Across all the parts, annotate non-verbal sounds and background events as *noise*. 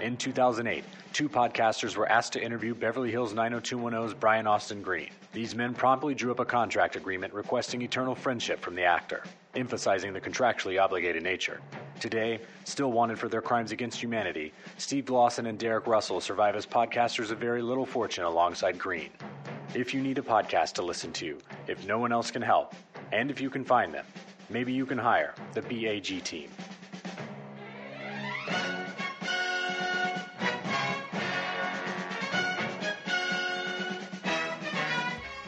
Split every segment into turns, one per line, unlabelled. In 2008, two podcasters were asked to interview Beverly Hills 90210's Brian Austin Green. These men promptly drew up a contract agreement requesting eternal friendship from the actor, emphasizing the contractually obligated nature. Today, still wanted for their crimes against humanity, Steve Lawson and Derek Russell survive as podcasters of very little fortune alongside Green. If you need a podcast to listen to, if no one else can help, and if you can find them, maybe you can hire the BAG team.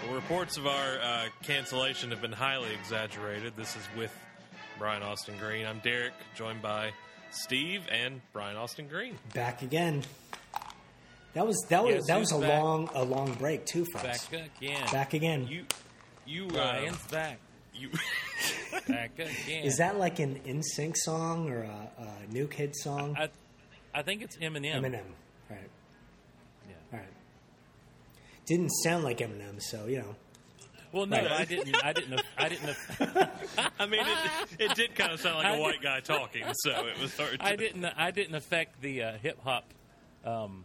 Well, reports of our uh, cancellation have been highly exaggerated. This is with Brian Austin Green. I'm Derek, joined by Steve and Brian Austin Green.
Back again. That was that was
Yes,
that was a
who's back?
long a long break too for us.
Back again.
Back again.
You, you, uh,
Brian's back.
*laughs*
you.
Back again.
Is that like an In Sync song or a, a New Kid song?
I, I think it's Eminem.
Eminem. Right.
Yeah.
All right. Didn't sound like Eminem, so you know.
Well, no,
Right.
I didn't. I didn't. I didn't.
I mean, it, it did kind of sound like a white guy talking, so it was hard. To,
I didn't. I didn't affect the uh, hip hop. Um,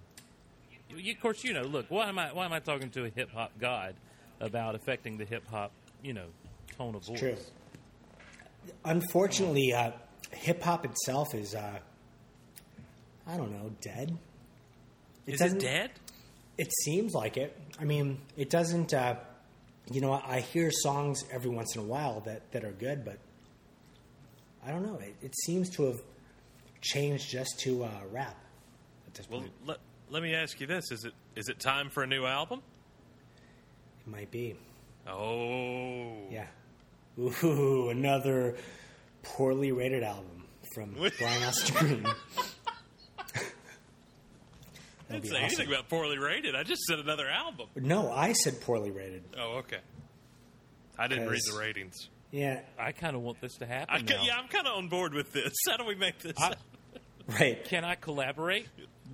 you- of course, you know. Look, why am I? Why am I talking to a hip hop god about affecting the hip hop? You know, tone of voice.
True. Unfortunately, uh, hip hop itself is uh, I don't know, dead.
Is
doesn't-
it dead?
It seems like it. I mean, it doesn't. Uh, you know, I hear songs every once in a while that, that are good, but I don't know. It, it seems to have changed just to uh, rap at this
well,
point.
let, let me ask you this: Is it is it time for a new album?
It might be.
Oh,
Yeah. Ooh, *laughs* another poorly rated album
*laughs*
from Brian Austin Green.
I
*laughs* That'd
didn't
be
say
awesome.
anything about poorly rated. I just said another album.
No, I said poorly rated.
Oh, okay. I didn't read
'Cause-
the ratings.
Yeah,
I kind of want this to happen.
I ca-
now.
yeah, I'm kind of on board with this. *laughs* How do we make this
I-
up
right.
Can I collaborate?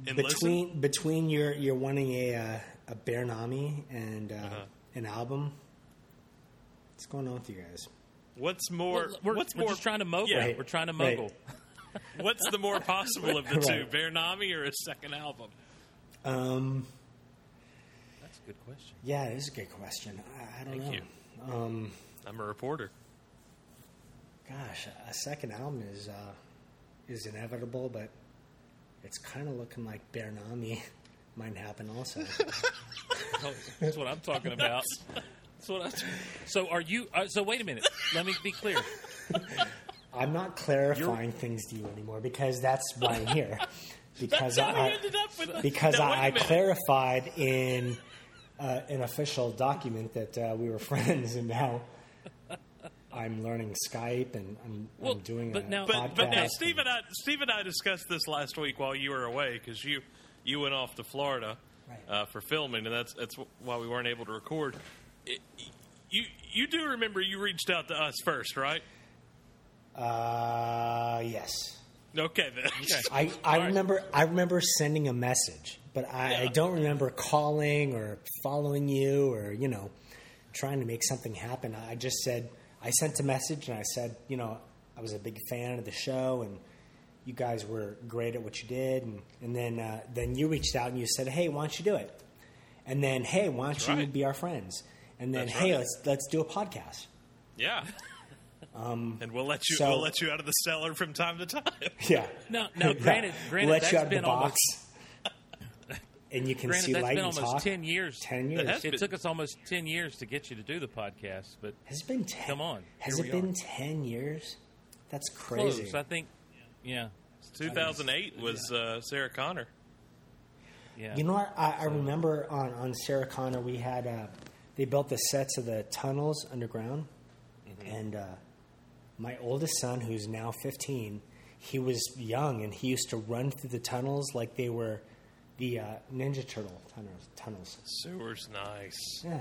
and listen?
between between your you're wanting a uh, a bear nami and uh,
Uh-huh.
an album. What's going on with you guys?
What's more?
Well, we're,
what's
we're
more?
just trying to mogul.
Yeah.
We're trying to
Right.
mogul.
What's the more possible of the two?
*laughs* Right.
Bear Nami or a second album?
Um,
That's a good question.
yeah, it is a good question. I, I don't
Thank
know. Um,
I'm a reporter.
gosh, a second album is uh, is inevitable, but it's kind of looking like bear nami *laughs* might happen also.
*laughs*
*laughs* That's what I'm talking about. That's what I, so are you? Uh, so wait a minute. Let me be clear.
I'm not clarifying things to you anymore because that's why
*laughs*
I'm here. Because
That's how
I,
we ended up *laughs* with
because
Now, wait
I,
a
I
minute.
clarified in uh, an official document that uh, we were *laughs* friends, and now I'm learning Skype and I'm,
Well,
I'm doing
but
a
now-
But but now
podcast.
Steve and I Steve and I discussed this last week while you were away because you you went off to Florida
Right.
uh, for filming and that's that's why we weren't able to record. It- you you do remember you reached out to us first, right?
uh, yes,
Okay then. *laughs*
I, I
right.
remember I remember sending a message, but I, I
Yeah.
don't remember calling or following you or you know trying to make something happen. I just said I sent a message and I said you know I was a big fan of the show and you guys were great at what you did and, and then uh, then you reached out and you said hey why don't you do it and then hey why don't you
right.
be our friends and then
That's
hey
right.
let's let's do a podcast
yeah. and we'll let you
Um, so-
we'll let you out of the cellar from time to time.
*laughs* yeah
No, no.
Yeah.
Granted, granted,
let
that's
you out of
been
the box.
almost.
*laughs* And you can
Granted,
see
that's
light
been
and
almost
talk.
ten years.
That
10 years.
has
It
been-
took us almost ten years to get you to do the podcast, but
Has it been 10?
Come on,
Has
here
it
we
been 10 years? That's
close.
crazy.
I think. Yeah,
2008 was uh, Sarah Connor.
yeah.
you know what? I, I remember on, on Sarah Connor, we had, uh, they built the sets of the tunnels underground.
Mm-hmm.
And uh, my oldest son, who's now 15, he was young and he used to run through the tunnels like they were the uh, Ninja Turtle tunnels. tunnels.
Sewer's nice.
Yeah.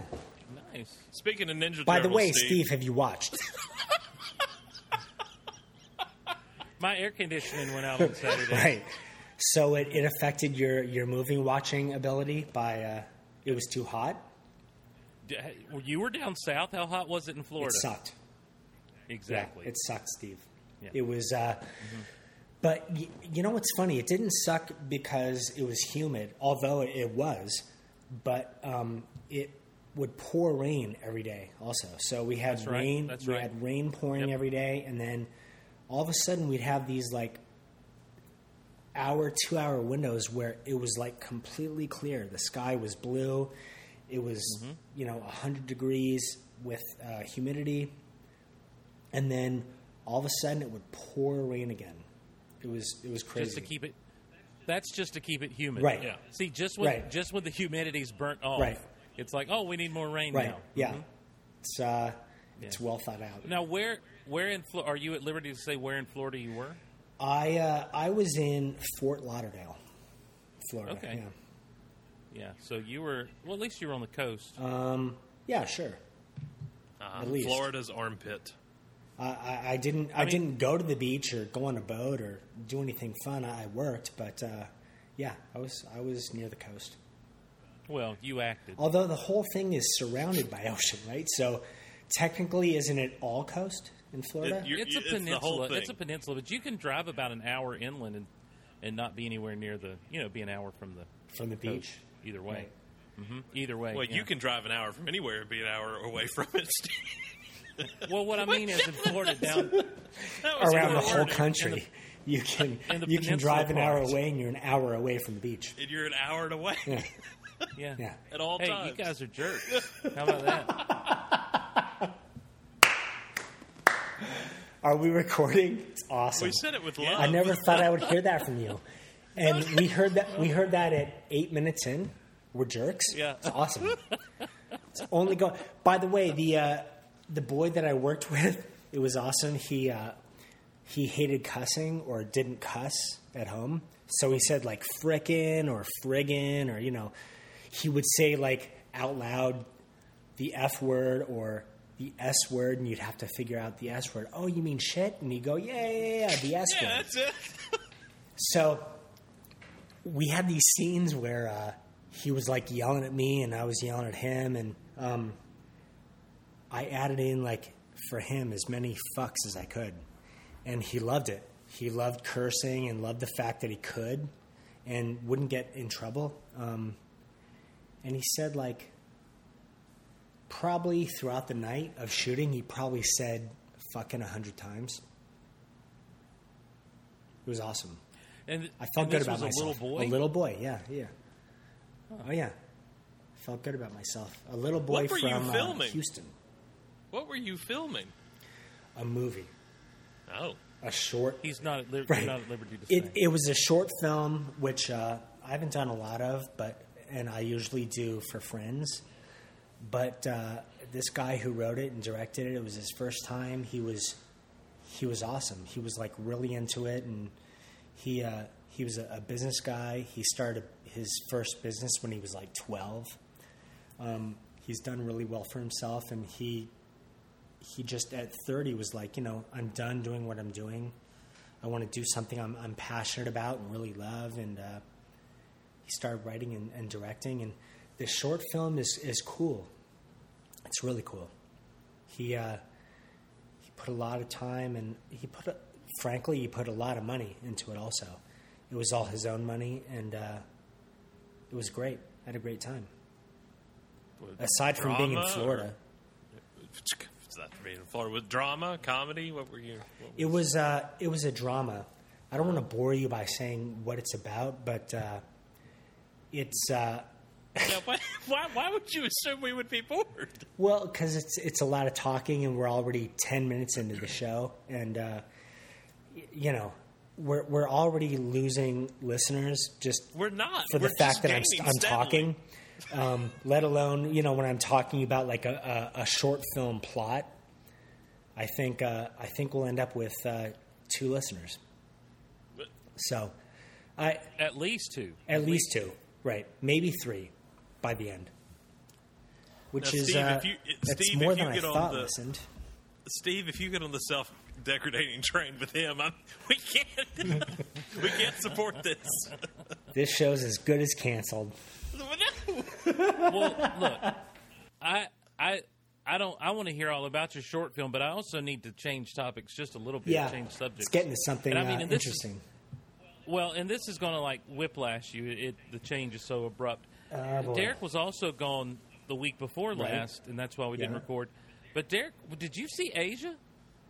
nice.
Speaking of Ninja
By the
Turtles,
way, Steve, have you watched?
My air conditioning went out on
*laughs*
Saturday.
right. So it, it affected your, your movie watching ability by, uh, it was too hot.
D- hey, well, You were down south. How hot was it in Florida?
It sucked.
Exactly.
Yeah, it sucked, Steve.
Yeah.
It was uh, But y- you know what's funny? It didn't suck because it was humid, although it, it was. But um, it would pour rain every day, also. So we had
right.
rain.
That's
we
right.
had rain pouring
Yep.
every day, and then all of a sudden we'd have these like hour, two hour windows where it was like completely clear. The sky was blue. It was,
Mm-hmm.
you know, 100 degrees with uh, humidity. And then all of a sudden it would pour rain again. It was it was crazy.
just to keep it. That's just to keep it humid.
Right.
Yeah.
See, just when
Right.
just when the humidity's burnt off,
Right.
it's like, oh, we need more rain
right.
now.
Yeah. It's uh it's
Mm-hmm. Yeah.
well thought out.
Now, where where in Florida are you at liberty to say where in Florida you were?
I uh, I was in Fort Lauderdale, Florida.
Okay.
Yeah.
Yeah. So you were well. At least you were on the coast.
Uh, Um, Yeah, sure.
Uh,
At least.
Florida's armpit.
I, I, I didn't. I,
mean-
didn't go to the beach or go on a boat or do anything fun. I, I worked, but uh, yeah, I was. I was near the coast.
well, you acted.
Although the whole thing is surrounded by ocean, right? So technically, isn't it all coast in Florida?
It- you're-
it's a
it's the whole
peninsula.
thing.
It's a peninsula, but you can drive about an hour inland and and not be anywhere near the you know be an hour from the
From the
coast
beach.
Either way. hmm Either way.
Well,
yeah.
you can drive an hour from anywhere and be an hour away from it. Steve. *laughs*
Well, what I mean is in Florida down
That was
Around the
poor
whole
wording.
country, you can
and the
you can
peninsula
drive an hour
part.
away, and you're an hour away from the beach.
And you're an hour away
Yeah.
Yeah.
at all
Hey,
times.
you guys are jerks. How about that?
Are we recording? It's awesome.
we said it with love.
I never thought I would hear that from you. And we heard that we heard that at eight minutes in. We're jerks.
Yeah.
it's awesome. It's only go. By the way, the uh, the boy that I worked *laughs* with, it was awesome. He uh, he hated cussing or didn't cuss at home, so he said like frickin' or friggin' or you know, he would say like out loud the F word or the S word, and you'd have to figure out the S word. Oh, you mean shit? And you go, yeah, yeah, yeah, the S word.
Yeah, that's it.
So we had these scenes where uh, he was like yelling at me and I was yelling at him, and um, I added in like for him as many fucks as I could, and he loved it. He loved cursing and loved the fact that he could and wouldn't get in trouble. Um, and he said like probably throughout the night of shooting, he probably said fucking a hundred times. It was awesome.
And
I felt
and
good
this
about
was
myself.
A little boy.
A little boy. Yeah, yeah. Oh yeah, felt good about myself. A little boy
What were you
from uh,
filming?
Houston.
What were you filming?
A movie.
Oh,
A short.
He's not at, li-
Right.
not at liberty to say.
It, it was a short film, which uh, I haven't done a lot of, but and I usually do for friends. But uh, this guy who wrote it and directed it, it was his first time. He was he was awesome. He was like really into it, and he uh, he was a, a business guy. He started his first business when he was like twelve. Um, he's done really well for himself, and he he just at thirty was like, you know, I'm done doing what I'm doing. I want to do something I'm, I'm passionate about and really love. And uh, he started writing and, and directing. And this short film is, is cool. It's really cool. He uh, he put a lot of time and he put, a, frankly, he put a lot of money into it. Also, it was all his own money, and uh, it was great. I had a great time. Aside from being in
drama or-
Florida.
*laughs* it's not for being in Florida. With drama, comedy, what were you? What
It was uh, it was a drama. I don't want to bore you by saying what it's about, but uh, it's uh,
Yeah, why, why, why would you assume we would be bored?
well because it's it's a lot of talking, and we're already ten minutes into the show, and uh, y- you know we're we're already losing listeners just
We're not.
for
We're
the
just
fact that I'm,
gaining
I'm
steadily.
talking. Um, let alone you know when I'm talking about like a, a, a short film plot. I think uh, I think we'll end up with uh, two listeners. So, I
at least two.
at least two, right? Maybe three by the end, which
Now,
is
Steve,
uh,
if you- it-
that's
Steve,
more
if you
than I
get on
thought.
the-
listened,
Steve, if you get on the self-degrading train with him, I'm, *laughs* we can't. we can't support *laughs* this.
this show's as good as canceled.
No.
Well, look, I I I don't. I want to hear all about your short film, but I also need to change topics just a little bit.
Yeah,
change subjects.
it's getting to something
And I mean,
uh,
and this is-
interesting.
Well, and this is going to like whiplash you. It, it the change is so abrupt.
Ah, boy.
Derek was also gone the week before
Right.
last, and that's why we didn't
Yeah.
record. But Derek, did you see Asia?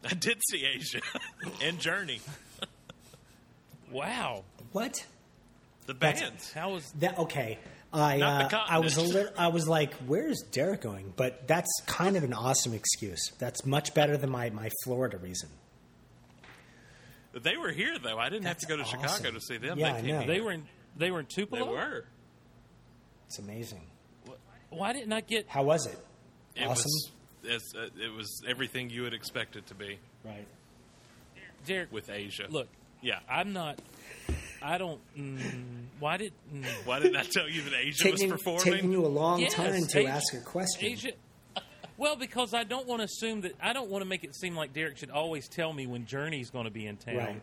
I did see Asia *laughs* and Journey,
Wow,
What?
the
That's-
bands.
how was
That okay? I
Not the
uh,
continent.
I was a little. I was like, "Where's Derek going?" But that's kind of an awesome excuse. That's much better than my my Florida reason.
They were here though. I didn't have to go to
That's
Chicago
awesome.
to see them.
Yeah,
they
I
came
know.
here.
they were in? They were in
They
Tupelo.
were.
It's amazing.
Why didn't I get?
How was it?
It
awesome.
was. It's, uh, it was everything you would expect it to be
Right.
Derek,
with Asia.
look,
yeah.
I'm not. I don't. Mm, why did? Mm,
Why didn't I tell you that Asia was
Taking, taking
performing?
you a long
Yes,
time to
Asia-
ask a question.
Asia. Well, because I don't want to assume that I don't want to make it seem like Derek should always tell me when Journey's going to be in town.
Right.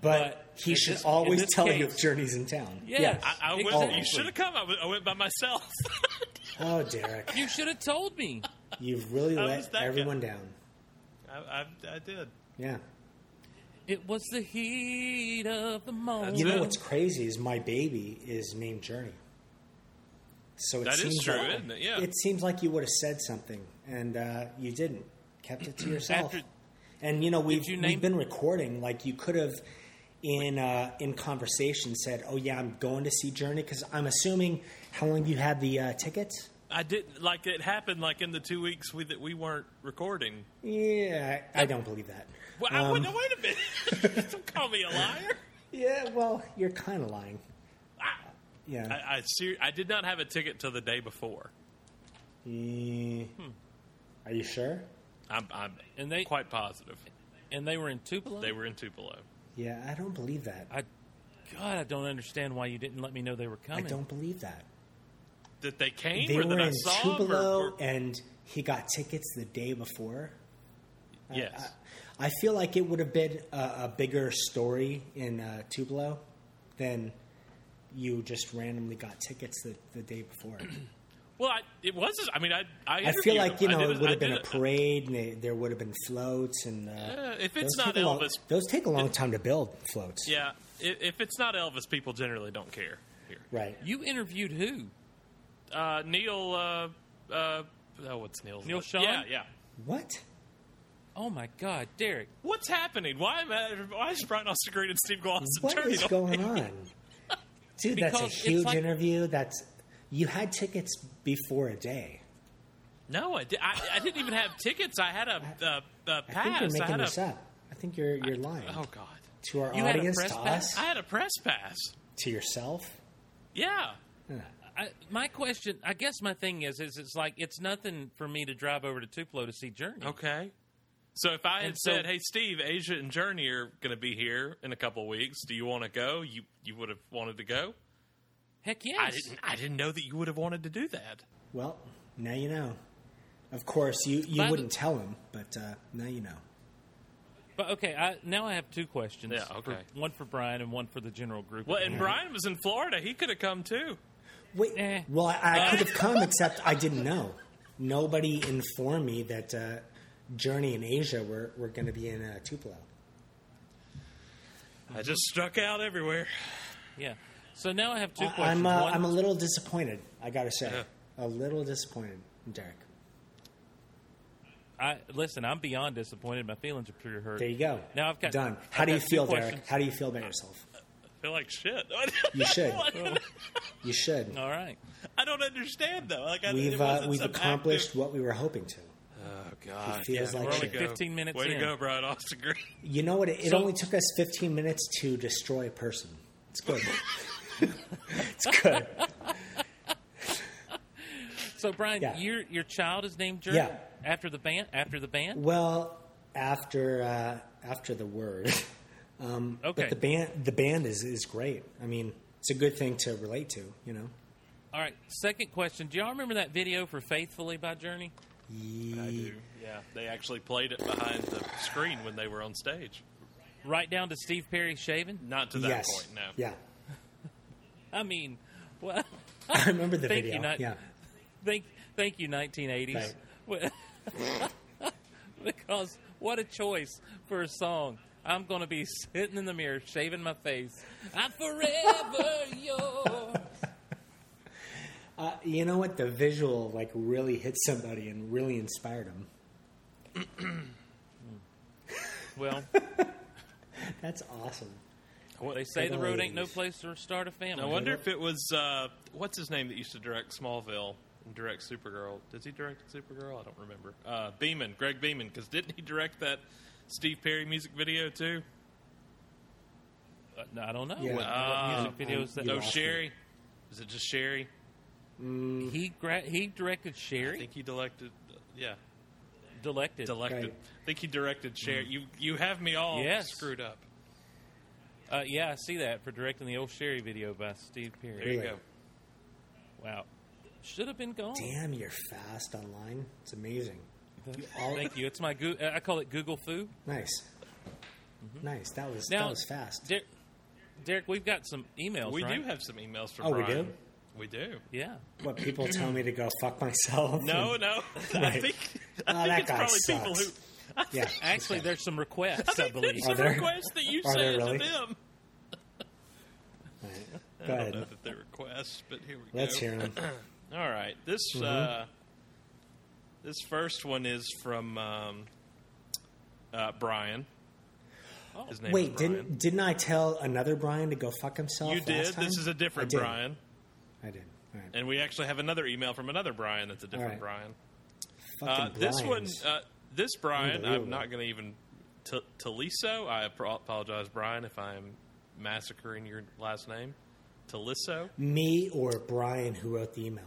But,
But
he
in
should
this- in
always
this
tell you if
case-
Journey's in town.
Yes.
I, I went,
Exactly.
You should have come. I, w- I went by myself. *laughs*
Oh, Derek,
You should have told me.
you've
*laughs*
really
I was
let
that
everyone down.
I, I, I did.
Yeah.
It was the heat of the moment.
You know
Yeah.
what's crazy is my baby is named Journey. So it
That is
seems
true,
like,
isn't it? Yeah.
It seems like you would have said something, and uh, you didn't. Kept
*clears throat*
it to yourself.
After-
and you know we've,
you name-
we've been recording. Like you could have in uh, in conversation said, "Oh yeah, I'm going to see Journey," because I'm assuming how long you had the uh, tickets.
I didn't like it happened like in the two weeks we, that we weren't recording.
Yeah, I, I don't believe that. Um,
Well, I wouldn't. Wait a minute! *laughs* Don't call me a liar.
Yeah, well, you're kind of lying. Yeah.
I, I, ser- I did not have a ticket till the day before.
Mm. Are you sure?
I'm, I'm
And they-
quite positive
and they were in Tupelo.
they were in Tupelo.
Yeah, I don't believe that.
I, God, I don't understand why you didn't let me know they were
I
coming.
don't believe that.
That they came
They
or
were
that I
in
saw 'em, or-
Tupelo,
or-
and he got tickets the day before.
yes,
I feel like it would have been a, a bigger story in uh, Tupelo than you just randomly got tickets the, the
*clears throat*
day before.
Well, I, it was. I mean, I. I,
I
interviewed
feel like you
him. I
know
did
it would
I
have been a
did it.
parade, and they, there would have been floats, and uh,
if it's
those
not
take a long-
Elvis-
those take a long time to build floats.
Yeah, if, if it's not Elvis, people generally don't care. Here,
Right.
You interviewed who?
uh, Neil. Uh, uh, oh, what's Neil's?
Neil
name?
Sean?
Yeah, yeah.
What?
Oh my God, Derek.
What's happening? Why am I, Why is Brian Austin Green and Steve Glosson
What
turning
is
on
going
me?
*laughs*
on? Dude, that's a
Because it's
huge
like-
interview. That's you had tickets before a day.
No, I, did, I, I didn't even have tickets. I had a, a, a
I think
pass.
you're
I
making
had a.
this up. I think you're you're lying
Oh God!
to our
You had a
audience,
press
to
pass?
us,
I had a press pass.
to yourself.
Yeah.
I, my question, I guess my thing is, is it's like it's nothing for me to drive over to Tupelo to see Journey.
Okay. So if I had
And so-
said, "Hey, Steve, Asia and Journey are going to be here in a couple of weeks. Do you want to go?" You you would have wanted to go.
Heck yes.
I didn't. I didn't know that you would have wanted to do that.
Well, now you know. Of course, you you
By the-
wouldn't tell him, but uh, now you know.
But okay, I, now I have two questions.
Yeah, okay.
For, one for Brian and one for the general group.
Well, and Brian was in Florida. He could have come too.
Wait,
Eh.
well, I, I
*laughs*
could have come, except I didn't know. Nobody informed me that uh, Journey and Asia were, were going to be in uh, Tupelo.
I just struck out *laughs* everywhere.
yeah. So now I have two
I,
questions.
I'm, uh,
One-
I'm a little disappointed, I got to say.
Yeah.
A little disappointed, in Derek.
I listen. I'm beyond disappointed. My feelings are pretty hurt.
There you go.
Now I've got
Done.
I've
How do you
got two
feel, Derek?
questions.
How do you feel about yourself?
I feel like shit. *laughs*
You should.
What?
You should.
*laughs* All right.
I don't understand though. Like I, it
We've, uh,
wasn't
we've
some
accomplished
active-
what we were hoping to.
Oh God!
It feels like
we're only
shit.
15 minutes
Way to
in.
go, Brian Austin Green.
You know what? It, it
So-
only took us 15 minutes to destroy a person. It's
*laughs*
good. it's good.
So Brian,
Yeah.
your your child is named Journey
Yeah.
after the band. After the band.
Well, after uh, after the word, *laughs* um,
Okay.
But the band the band is is great. I mean, it's a good thing to relate to. You know.
All right. Second question. Do y'all remember that video for "Faithfully" by Journey?
I do. Yeah, they actually played it behind the screen when they were on stage.
Right down to Steve Perry shaving.
Not to that
yes.
point. No.
*laughs*
Yeah.
I mean, well, *laughs*
I remember the
Thank
video.
you, Nut.
Yeah.
thank thank you, 1980s.
Right.
*laughs* Well, because what a choice for a song. I'm going to be sitting in the mirror, shaving my face. I'm forever yours.
Uh, you know what? The visual like really hit somebody and really inspired him.
Well,
That's awesome.
they say the road ain't no place to start a family.
I wonder if it was uh, what's his name that used to direct Smallville and direct Supergirl. Does he direct Supergirl? I don't remember. Uh, Beeman, Greg Beeman, because didn't he direct that Steve Perry music video too?
Uh, no, I don't know.
Yeah.
What,
Ah,
what music video is that? oh,
You
No,
lost
Sherry. Was it just Sherry?
He gra- he directed
I
Sherry.
think he directed. Yeah,
Directed.
directed.
Right. Mm.
I think he directed Sherry. You you have me all
Yes.
screwed up.
uh, yeah, I see that for directing the old Sherry video by Steve
There
Perry.
you
Really?
go.
Wow, should have been gone.
Damn, you're fast online. It's amazing.
Thank you. It's my goo uh, I call it Google Foo.
Nice,
Mm-hmm.
nice. That was
Now-
that was fast.
Der- Derek, we've got some emails.
We
right?
do have some emails from
Oh, we
Brian.
do?
We do.
*laughs*
Yeah.
what people tell me to go fuck myself.
No, *laughs*
and-
no. I
Right.
think
Oh,
I
that
think
guy
it's probably
sucks.
people who
yeah.
Actually, there's some requests, I,
I think
believe.
there's some
Are there-
requests that you
*laughs* are there
sent
really?
to them.
Right. Go
I don't know
ahead.
that they request, but here we go.
Let's hear
*clears throat*
him.
All right, this uh, this first one is from um, uh, Brian. His name
Oh, Wait,
is Brian.
didn't didn't I tell another Brian to go fuck himself?
you
last
did?
time?
This is a different
I did.
Brian,
I did. All right.
and we actually have another email from another Brian. That's a different
All right.
Brian. Uh,
Fucking
this one,
Brian's.
uh, this Brian,
Unbelievable.
I'm not going to even t- Taliso. I pro- apologize, Brian, if I'm massacring your last name. Taliso.
me or Brian who wrote the email.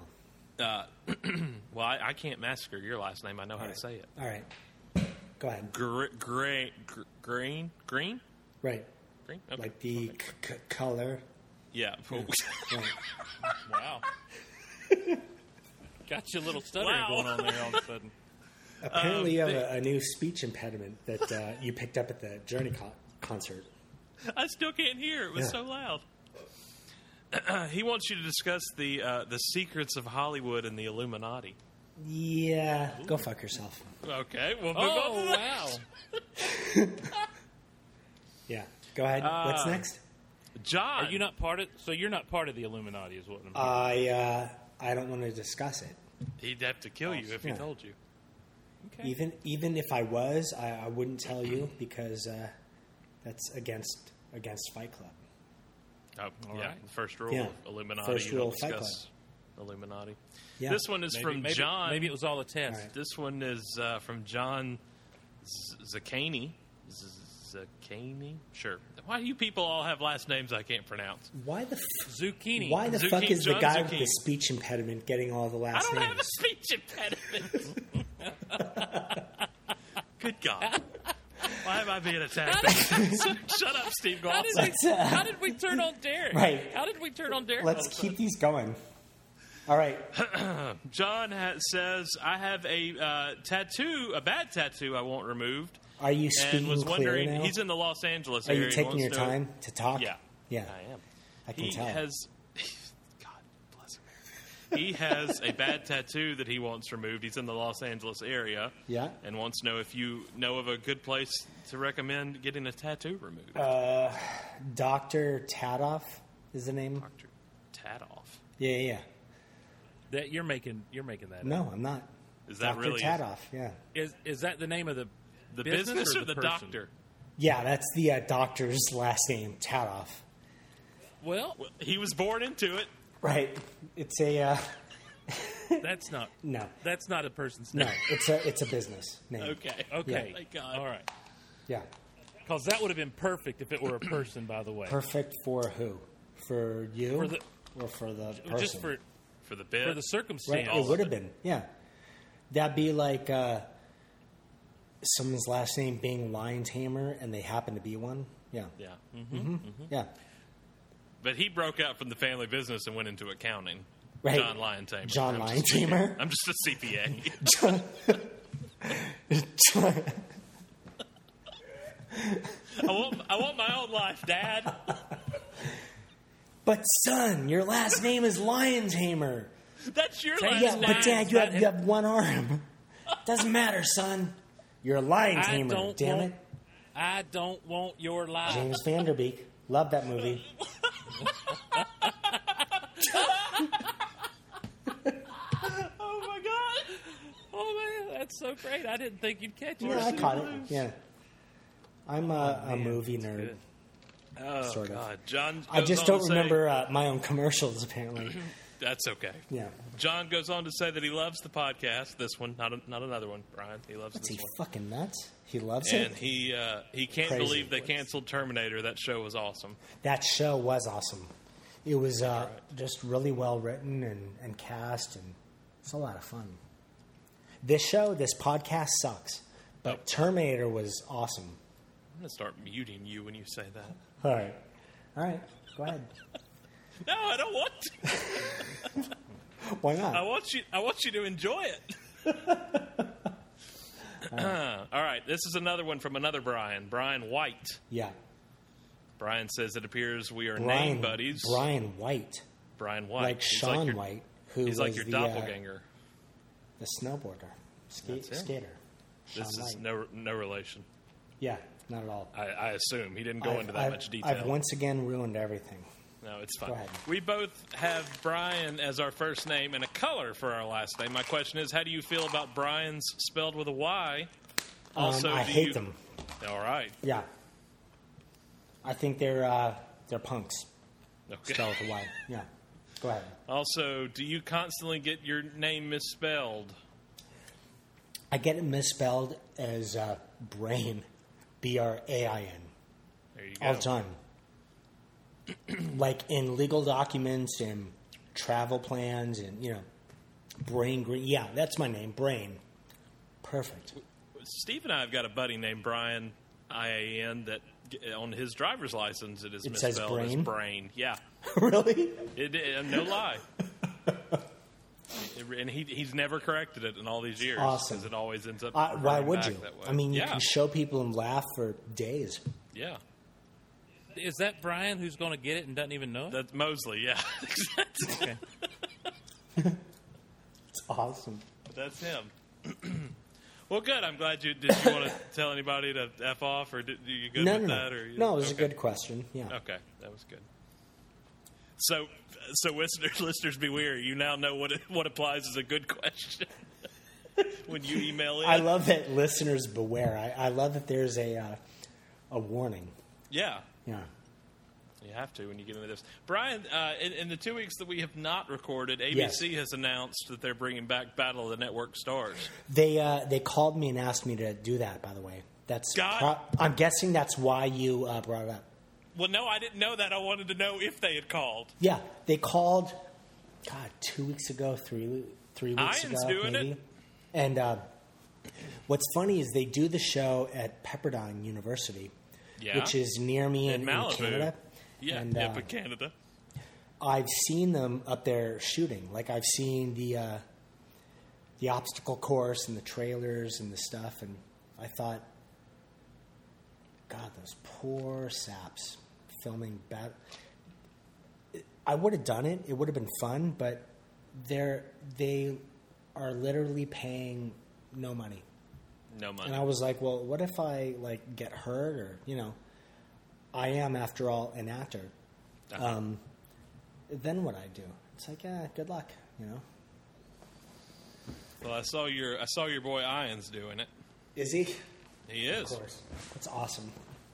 Uh, *clears throat* well, I, I can't massacre your last name. I know how
All
to say
right.
it.
All right. Go ahead.
Gr- gray, gr- green, green,
Right.
green. Okay.
Like the c- c- color.
yeah. *laughs*
Right.
Wow. *laughs* got you a little stuttering
Wow.
going on there all of a sudden.
Apparently,
Um,
you have a, a new speech impediment that uh,
*laughs*
you picked up at the Journey co- concert.
*laughs* I still can't hear. It was
Yeah.
so loud. *clears throat* he wants you to discuss the uh, the secrets of Hollywood and the Illuminati.
Yeah. Go fuck yourself.
Okay, we'll move on.
Oh
To that.
wow!
Yeah. Go ahead. What's
Ah.
next?
John,
Are you not part of? So you're not part of the Illuminati, is what I'm.
I uh, I don't want to discuss it.
he'd have to kill you if he
Yeah.
told you.
okay.
Even even if I was, I, I wouldn't tell
*clears throat*
you because uh, that's against against Fight Club.
Oh, yeah.
right.
First rule
Yeah.
of Illuminati.
First
you
rule
don't
of Fight
discuss Illuminati.
Yeah.
This one is
Maybe-
from
maybe-
John.
Maybe it was all a test.
All right.
This one is uh, from John Z- Zacchini. Z- Zacchini? Sure. Why do you people all have last names I can't pronounce?
Why the f-
Zucchini.
why the
Zucchini,
fuck is the
John
guy with
Zucchini.
the speech impediment getting all the
I
last
don't have a
names?
*laughs* speech impediment. Good God. *laughs* Why am I being attacked? Shut up, Steve
How
Goff.
did,
Let's, *laughs*
we,
uh,
how did we turn on Derek?
Right.
How did we turn on Derek? all
Let's
Oh,
of a
keep these going.
*laughs*
All right.
John ha- says, I have a uh, tattoo, a bad tattoo I want removed.
Are you
And
speaking
was
clear
wondering,
now?
he's in the Los Angeles
Are
area.
you
He
taking
wants
your
to know-
time to talk?
Yeah.
Yeah.
I am.
I can
he
tell.
has *laughs* God bless him. He has a bad tattoo that he wants removed. He's in the Los Angeles area.
Yeah.
And wants to know if you know of a good place to recommend getting a tattoo removed.
Uh, Doctor Tadoff is the name.
Dr. Tadoff.
Yeah, yeah. yeah.
sudden? that you're making you're making that. up.
No, I'm not.
Is that
Dr.
really-
Tadoff? Yeah.
Is is that the name of the
The business, or, the,
person?
doctor?
Yeah, that's the uh, doctor's *laughs* last name, Tadoff.
Well,
Well, he was born into it.
Right. It's a uh,
that's not
no,
that's not a person's
no.
name.
It's a it's a business name.
Okay.
Okay.
Thank God.
All right.
Yeah.
Because that would have been perfect if it were a person, by the way.
Perfect for who? For you
For the-
or for the person?
Just for
For the bit.
for the
right.
circumstance.
It would have been. Yeah. That'd be like uh, someone's last name being Lion Tamer, and they happen to be one. Yeah.
yeah.
Yeah.
But he broke out from the family business and went into accounting.
Right.
John Lion Tamer.
John
I'm
Lion
just a CPA. *laughs*
Tamer.
I'm just a
*laughs*
CPA. I want I want my own life, Dad.
but son, your last name is Lion Tamer.
That's your last
Yeah,
name.
but dad, you
that-
have you *laughs* have one arm. Doesn't matter, son. You're a lion
I
tamer.
don't
Damn
want-
it.
I don't want your life.
James Vanderbeek. Love that movie.
Oh my god! Oh man, that's so great. I didn't think you'd catch it.
Yeah, I caught it. Yeah. I'm a, a
Man,
movie
that's
nerd.
good.
Oh
Sort of.
God, John.
I
goes
just
on
don't
to say-
remember uh, my own commercials, apparently.
That's okay.
Yeah.
John goes on to say that he loves the podcast. This one, not a, not another one. Brian, he loves
Is
this
he
one.
fucking nuts? He loves
And
it.
he uh, he can't
Crazy.
believe they canceled Terminator. That show was awesome.
that show was awesome. It was uh, just really well written and, and cast, and it's a lot of fun. This show, this podcast sucks, but Terminator was awesome.
I'm gonna start muting you when you say that.
All right. All right. Go ahead.
No, I don't want. To.
*laughs* Why not?
I want you. I want you to enjoy it. *clears throat*
*laughs*
All right, this is another one from another Brian. Brian White.
yeah.
Brian says it appears we are
Brian,
name buddies.
Brian White,
Brian White.
like
He's
Sean
your-
White, who
He's
was
like your
the, uh,
doppelganger.
the snowboarder, skate,
That's him.
skater. Sean
this is
White.
no no relation.
yeah, not at all.
I, I assume he didn't go
I've-
into that
I've-
much detail.
I've once again ruined everything.
No, it's fine.
ahead.
We both have Brian as our first name and a color for our last name. My question is, how do you feel about Brian's spelled with a Y? Also,
um, I
do
hate
you-
them.
All right.
Yeah. I think they're uh, they're punks.
Okay.
Spell with a Y. Yeah. Go ahead.
Also, do you constantly get your name misspelled?
I get it misspelled as uh, brain, B R A I N,
There you go.
all the time. *clears throat* like in legal documents and travel plans and you know, brain green. Yeah, that's my name, brain. Perfect. *laughs*
Steve and I have got a buddy named Brian I A N that g- on his driver's license it is
It says
misspelled as
brain?
brain. Yeah,
really?
it, it, uh, no
*laughs*
lie. It- and he he's never corrected it in all these years. 'cause
Awesome.
It always ends up.
Uh, why
reverting
would
back
you?
that way.
I mean, you
yeah,
can show people and laugh for days.
yeah.
Is that Brian who's going to get it and doesn't even know it?
That's Mosley. Yeah, *laughs*
Okay.
It's awesome.
that's him. *clears throat* well, good. I'm glad you did. You
*coughs*
want to tell anybody to f off, or did, you good
no,
with
no, no.
that? Or you-
no, it was
okay.
a good question. Yeah.
Okay, that was good. So, so listeners, *laughs* listeners, beware. You now know what what applies as a good question *laughs* when you email in.
I love that listeners beware. I, I love that there's a uh, a warning.
yeah,
Yeah.
you have to when you get into this. Brian, uh, in, in the two weeks that we have not recorded, ABC has announced that they're bringing back Battle of the Network Stars.
They uh, they called me and asked me to do that. By the way, that's
God.
I'm guessing that's why you uh, brought it up.
Well, no, I didn't know that. I wanted to know if they had called.
Yeah, they called. God, two weeks ago, three three weeks
Ian's
ago,
doing
maybe.
it.
And uh, what's funny is they do the show at Pepperdine University,
Yeah.
which is near me
In
in, in
Malibu.
Canada.
Yeah,
And,
up
uh,
in Canada.
I've seen them up there shooting. Like I've seen the uh, the obstacle course and the trailers and the stuff, and I thought, God, those poor saps filming bad. I would have done it. It would have been fun, but they're they are literally paying no money.
No money.
And I was like, well, what if I like get hurt or you know, I am after all an actor.
Uh-huh.
Um, then what I do? It's like, yeah, good luck. You know,
well, I saw your I saw your boy Ian's doing it.
is he?
He is.
Of course, that's awesome.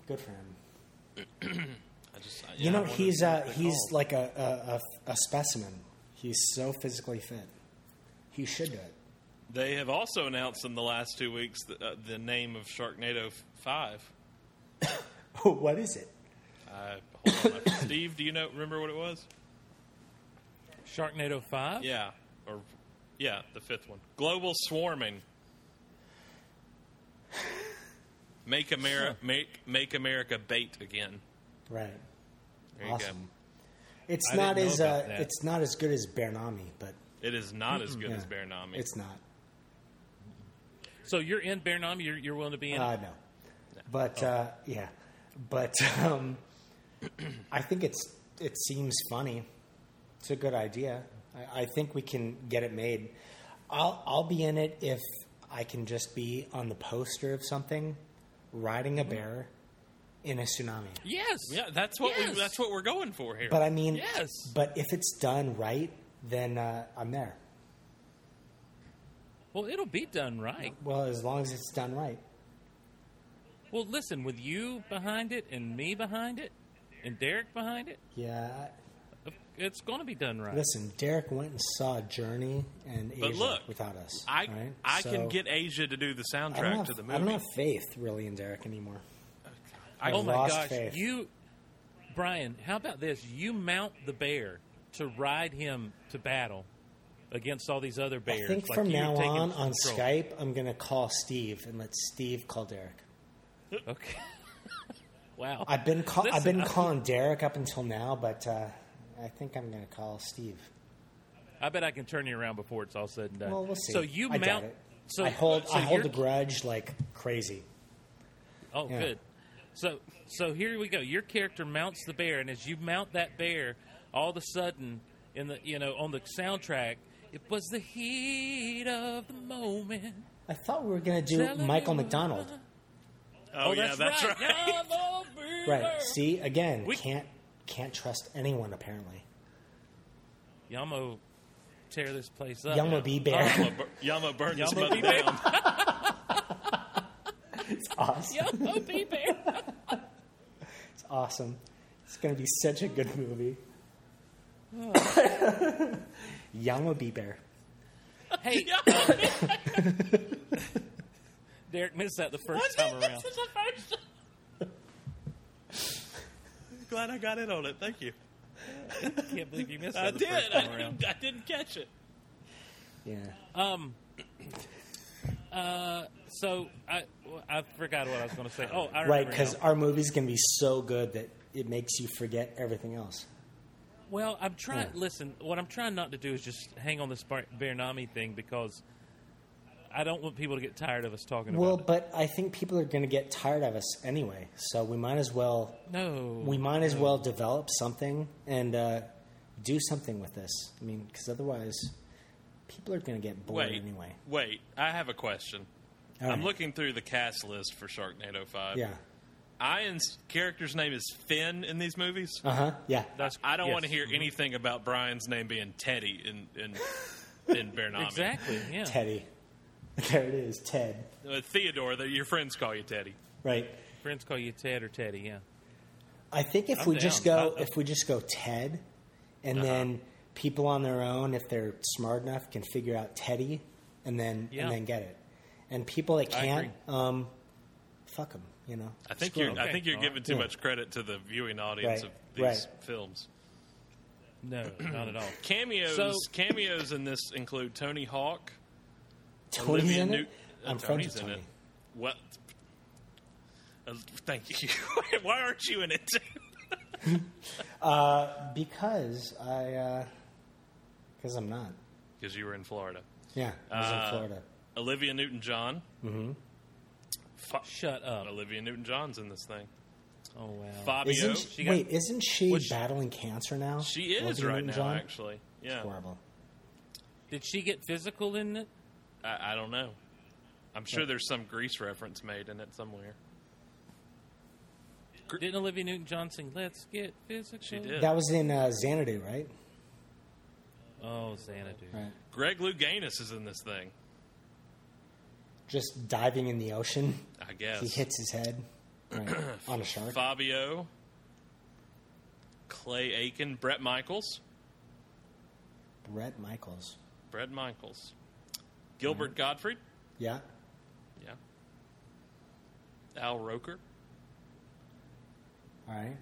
Good for him.
I just,
You know, he's uh, he's like a, a, a f- a specimen. He's so physically fit. He should do it.
They have also announced in the last two weeks the, uh, the name of Sharknado 5.
*laughs* what is it?
Uh, hold on. Steve, do you know? Remember what it was?
Sharknado Five.
Yeah, or yeah, the fifth one. Global swarming. Make America make make America bait again.
Right.
There you
awesome. It's
I
not
didn't know
as
about
uh,
that.
it's not as good as Bernami, but
go. It is not as good
yeah,
as Bear Nami.
It's not.
So you're in Bear Nami. You're, you're willing to be in.
Uh, no. But uh, yeah, but um, I think it's it seems funny. It's a good idea. I, I think we can get it made. I'll I'll be in it if I can just be on the poster of something, riding a bear in a tsunami.
Yes.
Yeah, that's what
Yes.
we, that's what we're going for here.
But I mean,
Yes.
But if it's done right, then uh, I'm there.
Well, it'll be done right.
Well, as long as it's done right.
Well, listen, with you behind it and me behind it and Derek behind it,
Yeah.
it's going to be done right.
Listen, Derek went and saw Journey and Asia
But look,
without us.
I
right?
I
So,
can get Asia to do the
I don't
soundtrack
have,
to the
I don't
movie.
have faith really in Derek anymore.
I-
oh my
lost
gosh,
faith.
you, Brian, how about this? You mount the bear to ride him to battle against all these other bears.
I think
like
from
you
now
taking
on on
control.
Skype, I'm going to call Steve and let Steve call Derek.
Okay. *laughs* wow.
I've been call- I've
Listen,
been
I-
calling Derek up until now, but uh, I think I'm going to call Steve.
I bet I can turn you around before it's all said and done.
Well, we'll see.
So you
I doubt
mount.
it.
So
I hold
so
I hold
you're-
the grudge like crazy.
Oh,
Yeah.
good. So, so here we go. Your character mounts the bear, and as you mount that bear, all of a sudden, in the you know on the soundtrack, it was the heat of the moment.
I thought we were going to do
Telling
Michael
me
McDonald.
oh, yeah, that's right. *laughs*
*laughs* Now I'm a
Right.
believer.
See again,
We-
can't can't trust anyone apparently.
Yamo, tear this place up.
Yama B Bear.
Yama, bur- Yama burned this
Yama
mother *laughs*
Bear.
down.
It's awesome.
Yamo B bear.
It's awesome. It's going to be such a good movie. *laughs* Yama B Bear.
Hey, Oh, Derek missed that the first time *laughs* around.
Glad I got in on it. Thank you.
Can't believe you missed that
I
the
did.
first
I
time around.
didn't, I didn't catch it.
Yeah.
Um. Uh. So I I forgot what I was going to say. Oh, I remember
Right, because
now.
our movie's going to be so good that it makes you forget everything else.
well, I'm trying.
Yeah.
Listen, what I'm trying not to do is just hang on this Bar- Bernami thing because I don't want people to get tired of us talking
Well,
about it.
but I think people are going to get tired of us anyway, so we might as well
No,
we might as well develop something and uh, do something with this. I mean, because otherwise, people are going to get bored
Wait,
anyway.
wait. I have a question.
All
I'm
right.
looking through the cast list for Sharknado Five.
Yeah.
Ian's character's name is Finn in these movies.
Uh Mm-hmm. huh. Yeah.
that's
I don't
yes.
want to hear anything about Brian's name being Teddy in in
*laughs*
in Bernami.
exactly. Yeah,
Teddy. *laughs* There it is. Ted.
Uh, Theodore, the, your friends call you Teddy.
Right.
friends call you Ted or Teddy. Yeah,
I think if
I'm
we just
down.
go,
I-
if we just go Ted, and
Uh-huh.
then people on their own, if they're smart enough, can figure out Teddy, and then
Yeah.
and then get it. And people that
I
can't, um, fuck them. You know.
I think
Screw
you're
him.
I think you're
Okay.
giving too
Yeah.
much credit to the viewing audience
Right,
of these
right.
films.
no, not at all.
Cameos
So-
cameos in this include Tony Hawk,
Tony's
Olivia
in it.
Newt-
I'm
uh,
friends
Tony's
with
in
Tony.
it. What? Uh, thank you. *laughs* Why aren't you in it? too?
because I, because I'm not.
Because you were in Florida.
Yeah, I was
Uh,
in Florida.
Olivia Newton John.
Shut up.
Olivia Newton John's in this thing.
Oh wow.
Fabio.
Isn't
she
she,
got-
wait? Isn't she
Was she-
battling cancer now?
She is
Olivia
right now,
Newton-John?
actually. Yeah.
Horrible.
Did she get physical in it?
I, I don't know. I'm sure there's some Grease reference made in it somewhere.
Didn't Olivia Newton John sing "Let's Get Physical"?
She did.
That was in uh, Xanadu, right?
Oh, Xanadu.
Right.
Greg Louganis is in this thing,
Just diving in the ocean.
I guess.
He hits his head right, on a shark.
Fabio, Clay Aiken, Brett Michaels.
Brett Michaels.
Brett Michaels. Gilbert Gottfried.
Yeah.
Mm-hmm. Yeah. Al Roker.
All right.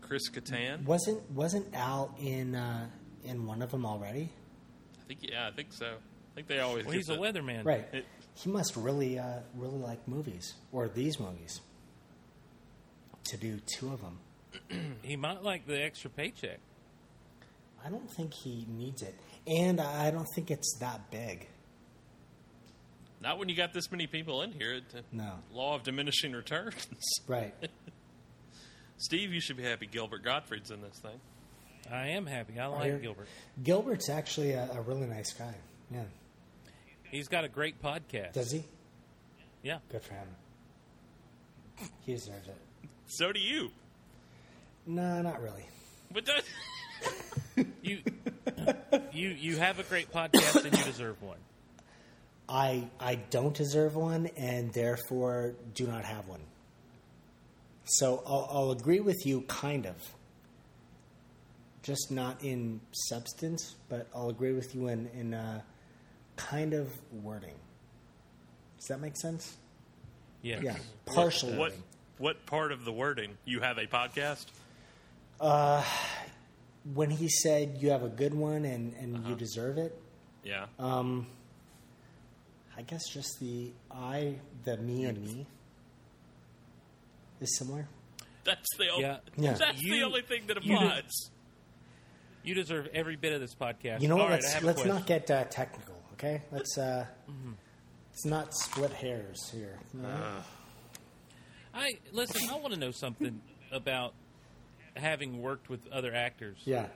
Chris Kattan.
Wasn't wasn't Al in uh, in one of them already?
I think yeah, I think so. I think they always
Well,
get
he's a
the-
weatherman.
Right.
It-
He must really uh, really like movies or these movies. To do two of them,
He might like the extra paycheck.
I don't think he needs it, and I I don't think it's that big.
Not when you got this many people in here. It's a
No.
Law of diminishing returns. *laughs*
Right.
Steve, you should be happy Gilbert Gottfried's in this thing.
I am happy. I
Here.
like Gilbert.
Gilbert's actually a, a really nice guy. Yeah.
He's got a great podcast.
Does he?
Yeah.
Good for him. He deserves it.
So do you.
No, not really.
But that,
*laughs* You, you, you have a great podcast and you deserve one.
I I don't deserve one, and therefore do not have one. So I'll, I'll agree with you, kind of. Just not in substance, but I'll agree with you in in uh, kind of wording. Does that make sense?
Yeah.
Yeah, partial
what
wording.
what part of the wording? You have a podcast?
When he said you have a good one and and
Uh-huh.
you deserve it,
Yeah.
I guess just the I, the me, and me is similar.
that's the only,
Yeah.
Yeah.
That's the
You-
only thing that
you did-
applies.
You deserve every bit of this podcast.
You know
All
what?
right, I
let's
have a
let's
question. Mm-hmm.
not get uh, technical, okay? Let's uh, let's not split hairs here.
Uh-huh. I listen. I want to know something about having worked with other actors
yeah,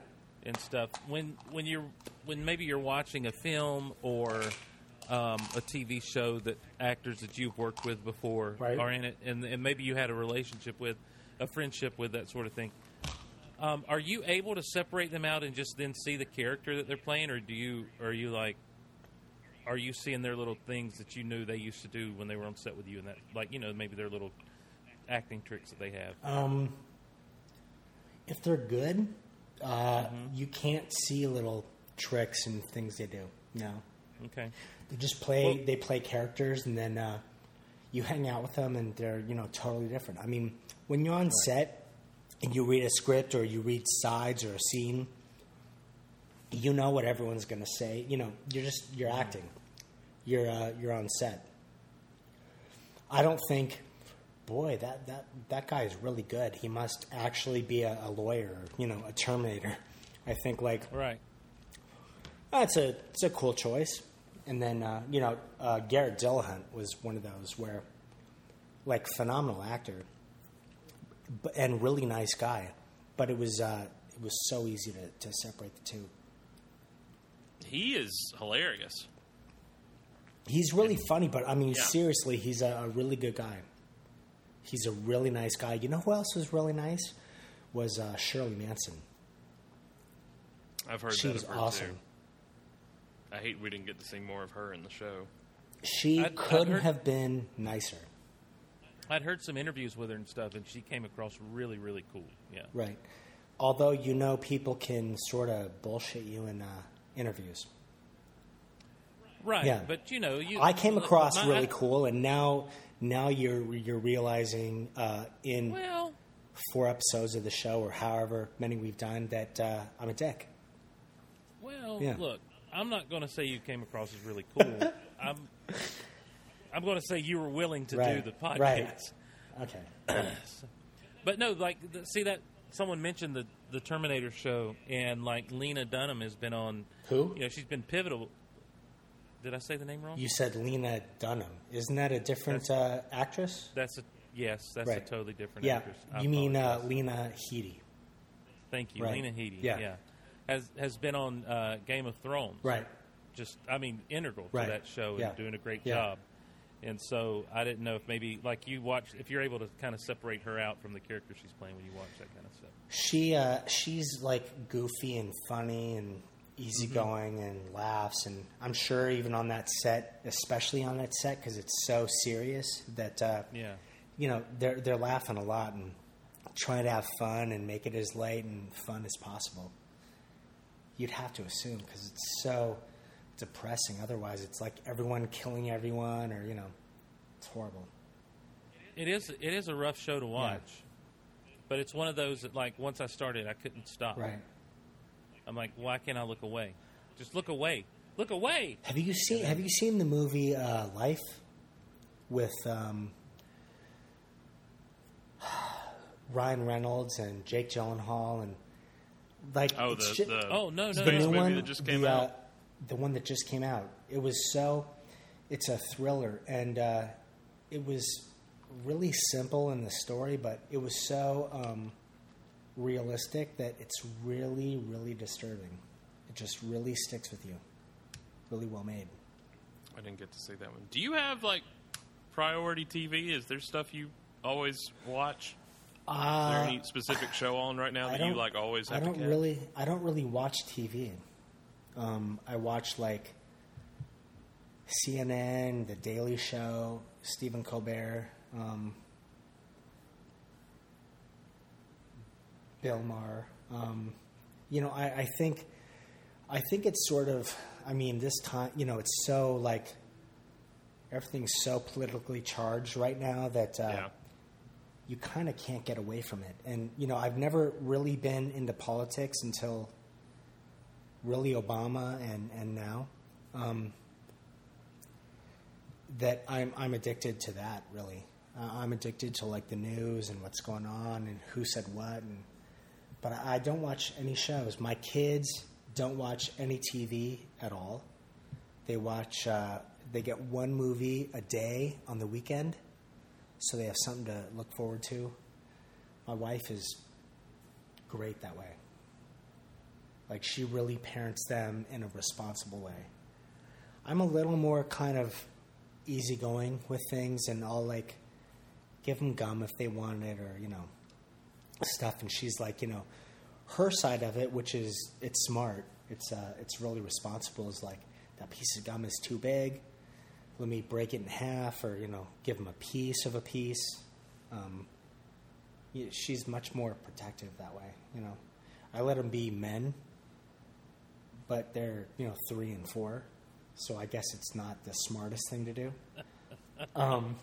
and stuff. When when you're when maybe you're watching a film or um, a TV show that actors that you've worked with before
Right.
are in it, and, and maybe you had a relationship with, a friendship with that sort of thing. Um, are you able to separate them out and just then see the character that they're playing, or do you are you like? Are you seeing their little things that you knew they used to do when they were on set with you, and that, like, you know, maybe their little acting tricks that they have?
if they're good, uh,
Mm-hmm.
you can't see little tricks and things they do. No,
Okay,
they just play. they play characters, and then uh, you hang out with them, and they're you know totally different. I mean, when you're on set and you read a script or you read sides or a scene, you know what everyone's going to say. You know, you're just you're acting. You're uh, you're on set. I don't think, boy, that that that guy is really good. He must actually be a, a lawyer. You know, a Terminator. I think like
all right.
that's a it's a cool choice. And then uh, you know uh, Garrett Dillahunt was one of those where, like, phenomenal actor, b- and really nice guy, but it was uh, it was so easy to, to separate the two.
He is hilarious.
He's really funny, but I mean,
Yeah.
seriously, he's a, a really good guy. He's a really nice guy. You know who else was really nice? Was uh, Shirley Manson.
I've heard
She
that
was
of her
awesome.
too. I hate we didn't get to see more of her in the show.
She
I'd- I'd
couldn't
heard-
have been nicer.
I'd heard some interviews with her and stuff, and she came across really, really cool. Yeah.
Right. Although you know people can sort of bullshit you in uh, interviews.
Right.
Yeah.
But you know, you
I came
look,
across
my-
really
I-
cool, and now now you're you're realizing uh, in
Well,
four episodes of the show or however many we've done that uh, I'm a dick.
well.
Yeah.
Look, I'm not going to say you came across as really cool.
*laughs*
I'm. I'm going to say you were willing to
Right,
do the podcast.
right. Okay.
*clears throat* But no, like th- see that someone mentioned the the Terminator show, and like Lena Dunham has been on.
Who?
You know, she's been pivotal. Did I say the name wrong?
You said Lena Dunham. Isn't that a different uh, actress?
that's a yes. That's
Right.
a totally different
Yeah.
actress. I
You mean uh,
apologize.
Lena Headey?
Thank you,
Right.
Lena Headey.
Yeah.
has has been on uh, Game of Thrones.
Right.
just I mean integral
Right.
to that show and
Yeah.
doing a great
Yeah.
job. And so I didn't know if maybe like you watch if you're able to kind of separate her out from the character she's playing when you watch that kind of stuff.
She uh, she's like goofy and funny and easygoing and laughs and I'm sure even on that set, especially on that set because it's so serious that uh,
Yeah.
you know they're they're laughing a lot and trying to have fun and make it as light and fun as possible. You'd have to assume because it's so depressing. Otherwise, it's like everyone killing everyone or you know it's horrible.
It is it is a rough show to watch. But it's one of those that like once I started I couldn't stop.
Right?
I'm like, why can't I look away? Just look away. Look away.
Have you seen Have you seen the movie uh, Life with um, *sighs* Ryan Reynolds and Jake Gyllenhaal and like
Oh,
it's
the,
ju-
the
Oh no, no,
the
no.
Space
new
movie
one
that just came
the, uh,
out?
the one that just came out. It was so it's a thriller and uh, it was really simple in the story, but it was so um, realistic that it's really really disturbing. It just really sticks with you. Really well made.
I didn't get to see that one. Do you have like priority TV? Is there stuff you always watch? Is there
Uh,
any specific show on right now
I
that
don't
you like always have
I don't
to catch?
really I don't really watch TV. Um, I watch like CNN, The Daily Show, Stephen Colbert, um, Bill Maher. Um, you know, I, I think I think it's sort of I mean this time you know it's so like everything's so politically charged right now that uh,
yeah.
you kind of can't get away from it. And you know, I've never really been into politics until really Obama and and now. Um, that I'm I'm addicted to that really. Uh, I'm addicted to like the news and what's going on and who said what. And but I, I don't watch any shows. My kids don't watch any TV at all. They watch. Uh, they get one movie a day on the weekend so they have something to look forward to. My wife is great that way. Like she really parents them in a responsible way. I'm a little more kind of easygoing with things, and I'll like give them gum if they want it, or you know, stuff. And she's like, you know, her side of it, which is it's smart, it's uh, it's really responsible. Is like that piece of gum is too big let me break it in half or you know give them a piece of a piece um, yeah, she's much more protective that way you know i let them be men but they're you know three and four so i guess it's not the smartest thing to do um,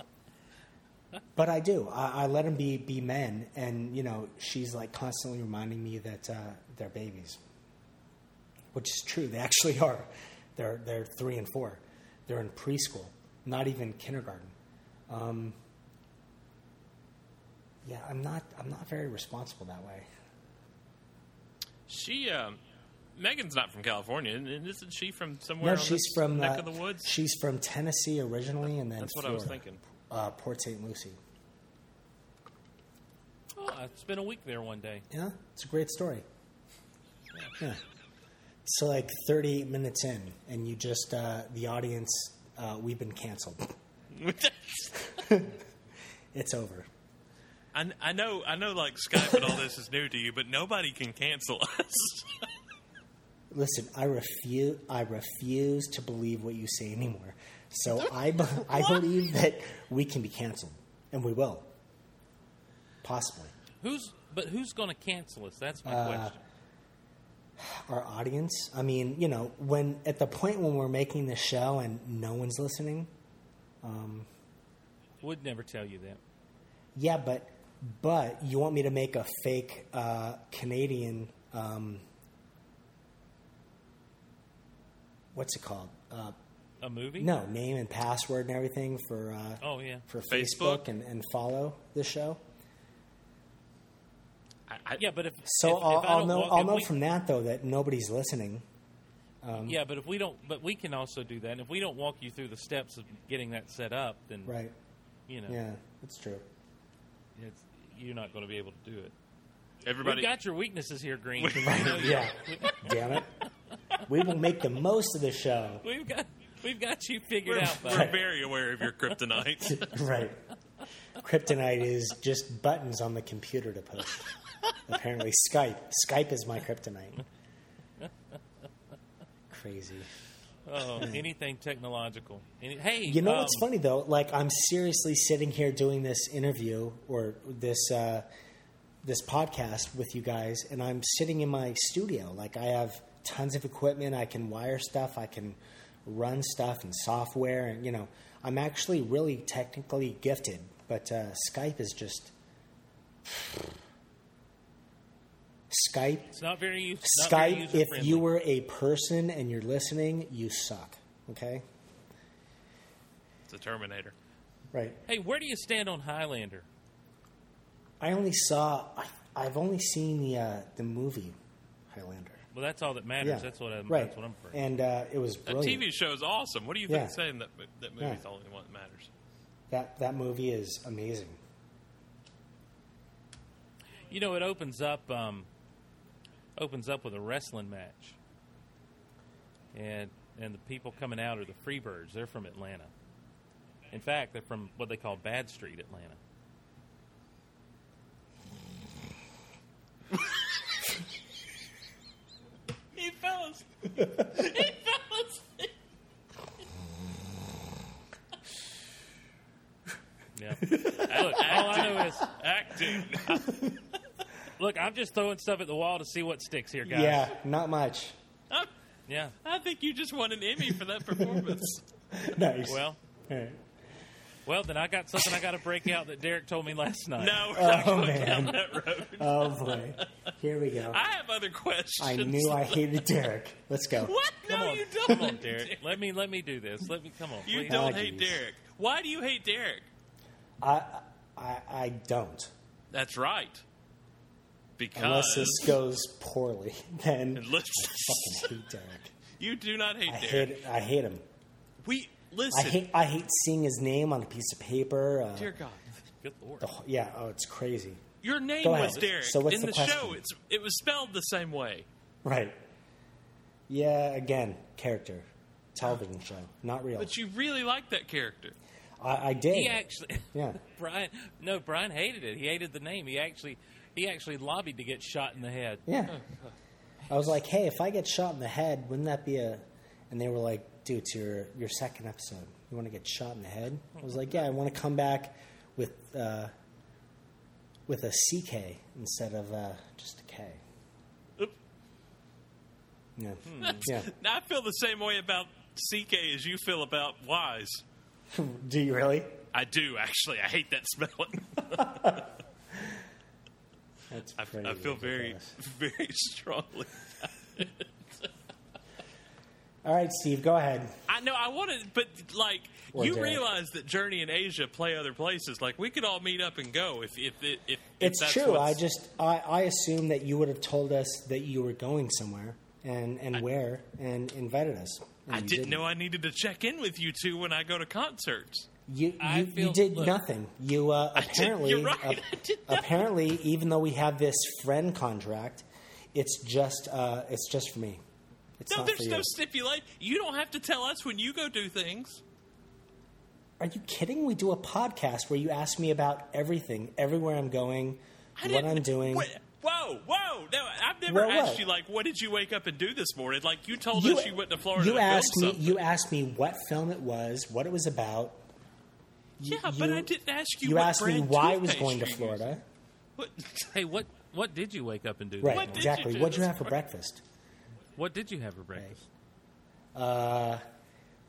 but i do I, I let them be be men and you know she's like constantly reminding me that uh, they're babies which is true. They actually are. They're they're three and four. They're in preschool, not even kindergarten. Um, yeah, I'm not I'm not very responsible that way.
She, um, Megan's not from California, and- and isn't she from somewhere?
no,
on
she's
this
from
neck
uh,
of the woods.
She's from Tennessee originally, and then
That's what I
Florida,
was thinking.
Uh, Port St. Lucie.
Oh, I spent a week there one day.
Yeah, it's a great story. Yeah. So like 38 minutes in, and you just uh, the audience, uh, we've been
*laughs*
canceled. *laughs* It's over.
I, I know, I know. Like Skype and all this is new to you, but nobody can cancel us.
Listen, I refuse. I refuse to believe what you say anymore. So I, be- I believe that we can be canceled, and we will. Possibly,
Who's but who's going to cancel us? That's
Uh,
my question.
our audience. I mean, you know, when at the point when we're making the show and no one's listening.
Would never tell you that.
Yeah, but but you want me to make a fake uh, Canadian? Um, what's it called? Uh,
A movie?
no, name and password and everything for. Uh,
Oh yeah.
for Facebook,
Facebook?
and, and follow the show.
I, I,
Yeah, but if
So
if, if
I'll,
I
I'll
don't
know
walk-
I'll
if
know
we-
from that though that nobody's listening.
yeah, but if we don't, but we can also do that. And if we don't walk you through the steps of getting that set up, then
Right?
you know,
Yeah, that's true.
it's, you're not going to be able to do it.
everybody.
We've got your weaknesses here,
*laughs*
Green. *laughs*
Yeah. Damn it. We will make the most of the show. *laughs*
We've got we've got you figured
we're,
out,
we're
bud.
very aware of your kryptonite.
Right. Kryptonite is just buttons on the computer to post. Apparently, Skype. Skype is my kryptonite. Crazy.
Oh, anything technological. Any, hey,
You know
um,
what's funny though? Like I'm seriously sitting here doing this interview or this uh, this podcast with you guys, and I'm sitting in my studio. Like I have tons of equipment. I can wire stuff. I can run stuff and software. And you know, I'm actually really technically gifted. But uh, Skype is just Skype.
It's not very use.
Skype. If you were a person and you're listening, you suck. Okay.
it's a Terminator.
Right.
hey, where do you stand on Highlander?
I only saw. I, I've only seen the uh, the movie Highlander.
Well, that's all that matters. That's what I'm.
right.
That's what I'm for.
And uh, it was
The
brilliant.
TV show is awesome. What do you
Yeah.
think? Saying that that movie's
Yeah.
the only one that
*laughs*
matters.
That that movie is amazing.
you know, it opens up. Um, opens up with a wrestling match, and and the people coming out are the *laughs* Freebirds. They're from Atlanta. In fact, they're from what they call Bad Street, Atlanta. *laughs* Yeah. Look, *laughs* all I know is acting. *laughs* Look, I'm just throwing stuff at the wall to see what sticks here, guys.
Yeah, not much. *laughs*
I,
Yeah.
I think you just won an Emmy for that performance.
Nice.
*laughs*
All
Well, *laughs*
right.
well, then I got something I got to break out that Derek told me last night.
no, we're not
Oh,
going down
man.
that road.
*laughs* Oh boy. Here we
*laughs*
go.
I have other questions.
I knew I hated Derek. Let's go.
*laughs* What?
Come
no,
on,
you don't.
Come on, Derek. Let me let me do this. Let me come on.
*laughs* You
please.
don't
Oh,
hate
geez.
Derek. Why do you hate Derek?
I I, I don't.
That's right.
Uh.
Because
Unless this goes poorly, *laughs* then
*laughs*
I
Unless-
fucking hate Derek.
you do not hate
I
Derek.
hate I hate him.
we
I
listen.
hate I hate seeing his name on a piece of paper. Uh,
Dear God,
Good lord.
yeah. Oh, it's crazy.
your name
Go
was
ahead.
Derek
So what's
in
the
the, show.
question?
It's it was spelled the same way.
Right. Yeah. Again, character, television show, not real.
But you really like that character.
I, I did.
He actually,
Yeah.
*laughs* Brian. No, Brian hated it. He hated the name. He actually, he actually lobbied to get shot in the head.
Yeah. I was like, hey, if I get shot in the head, wouldn't that be a. And they were like, dude, it's your, your second episode. You want to get shot in the head? I was like, yeah, I want to come back with, uh, with a CK instead of uh, just a K.
Oop. Hmm.
Yeah. yeah.
Now, I feel the same way about CK as you feel about Wise.
Do you really?
I do actually. I hate that *laughs* spelling.
That's
I, I feel very,
ridiculous.
*laughs* very strongly.
All right, Steve, go ahead.
I know I wanted, but like
Or
you
Derek.
realize that Journey and Asia play other places. Like we could all meet up and go if if if, if
It's
that's
true. I
what's-
just I, I assumed that you would have told us that you were going somewhere and, and where and invited us. And
I
you
didn't, know I needed to check in with you two when I go to concerts.
You you,
I
you
feel-
did
look.
nothing.
*laughs*
You uh,
did-
apparently
you're right,
ap-
I did nothing.
apparently even though we have this friend contract, it's just uh, it's just for me. It's
No,
not for
there's
you.
no stipulation. You don't have to tell us when you go do things.
Are you kidding? We do a podcast where you ask me about everything, everywhere I'm going,
I
what
didn't-
I'm doing.
Wha- Whoa, whoa! No, I've never
Whoa,
asked
what?
you like, what did you wake up and do this morning? Like you told us you went to Florida.
You
to film
asked me.
something.
You asked me what film it was, what it was about. You-
yeah, but
you-
I didn't ask you.
You
what
asked me
brand
why I was
toothpaste
going to
you used.
Florida.
What?
Hey, what what did you wake up and do? this
Right,
What
morning?
did you
exactly.
do
What'd you
this
have for
morning?
breakfast?
What did you have for breakfast?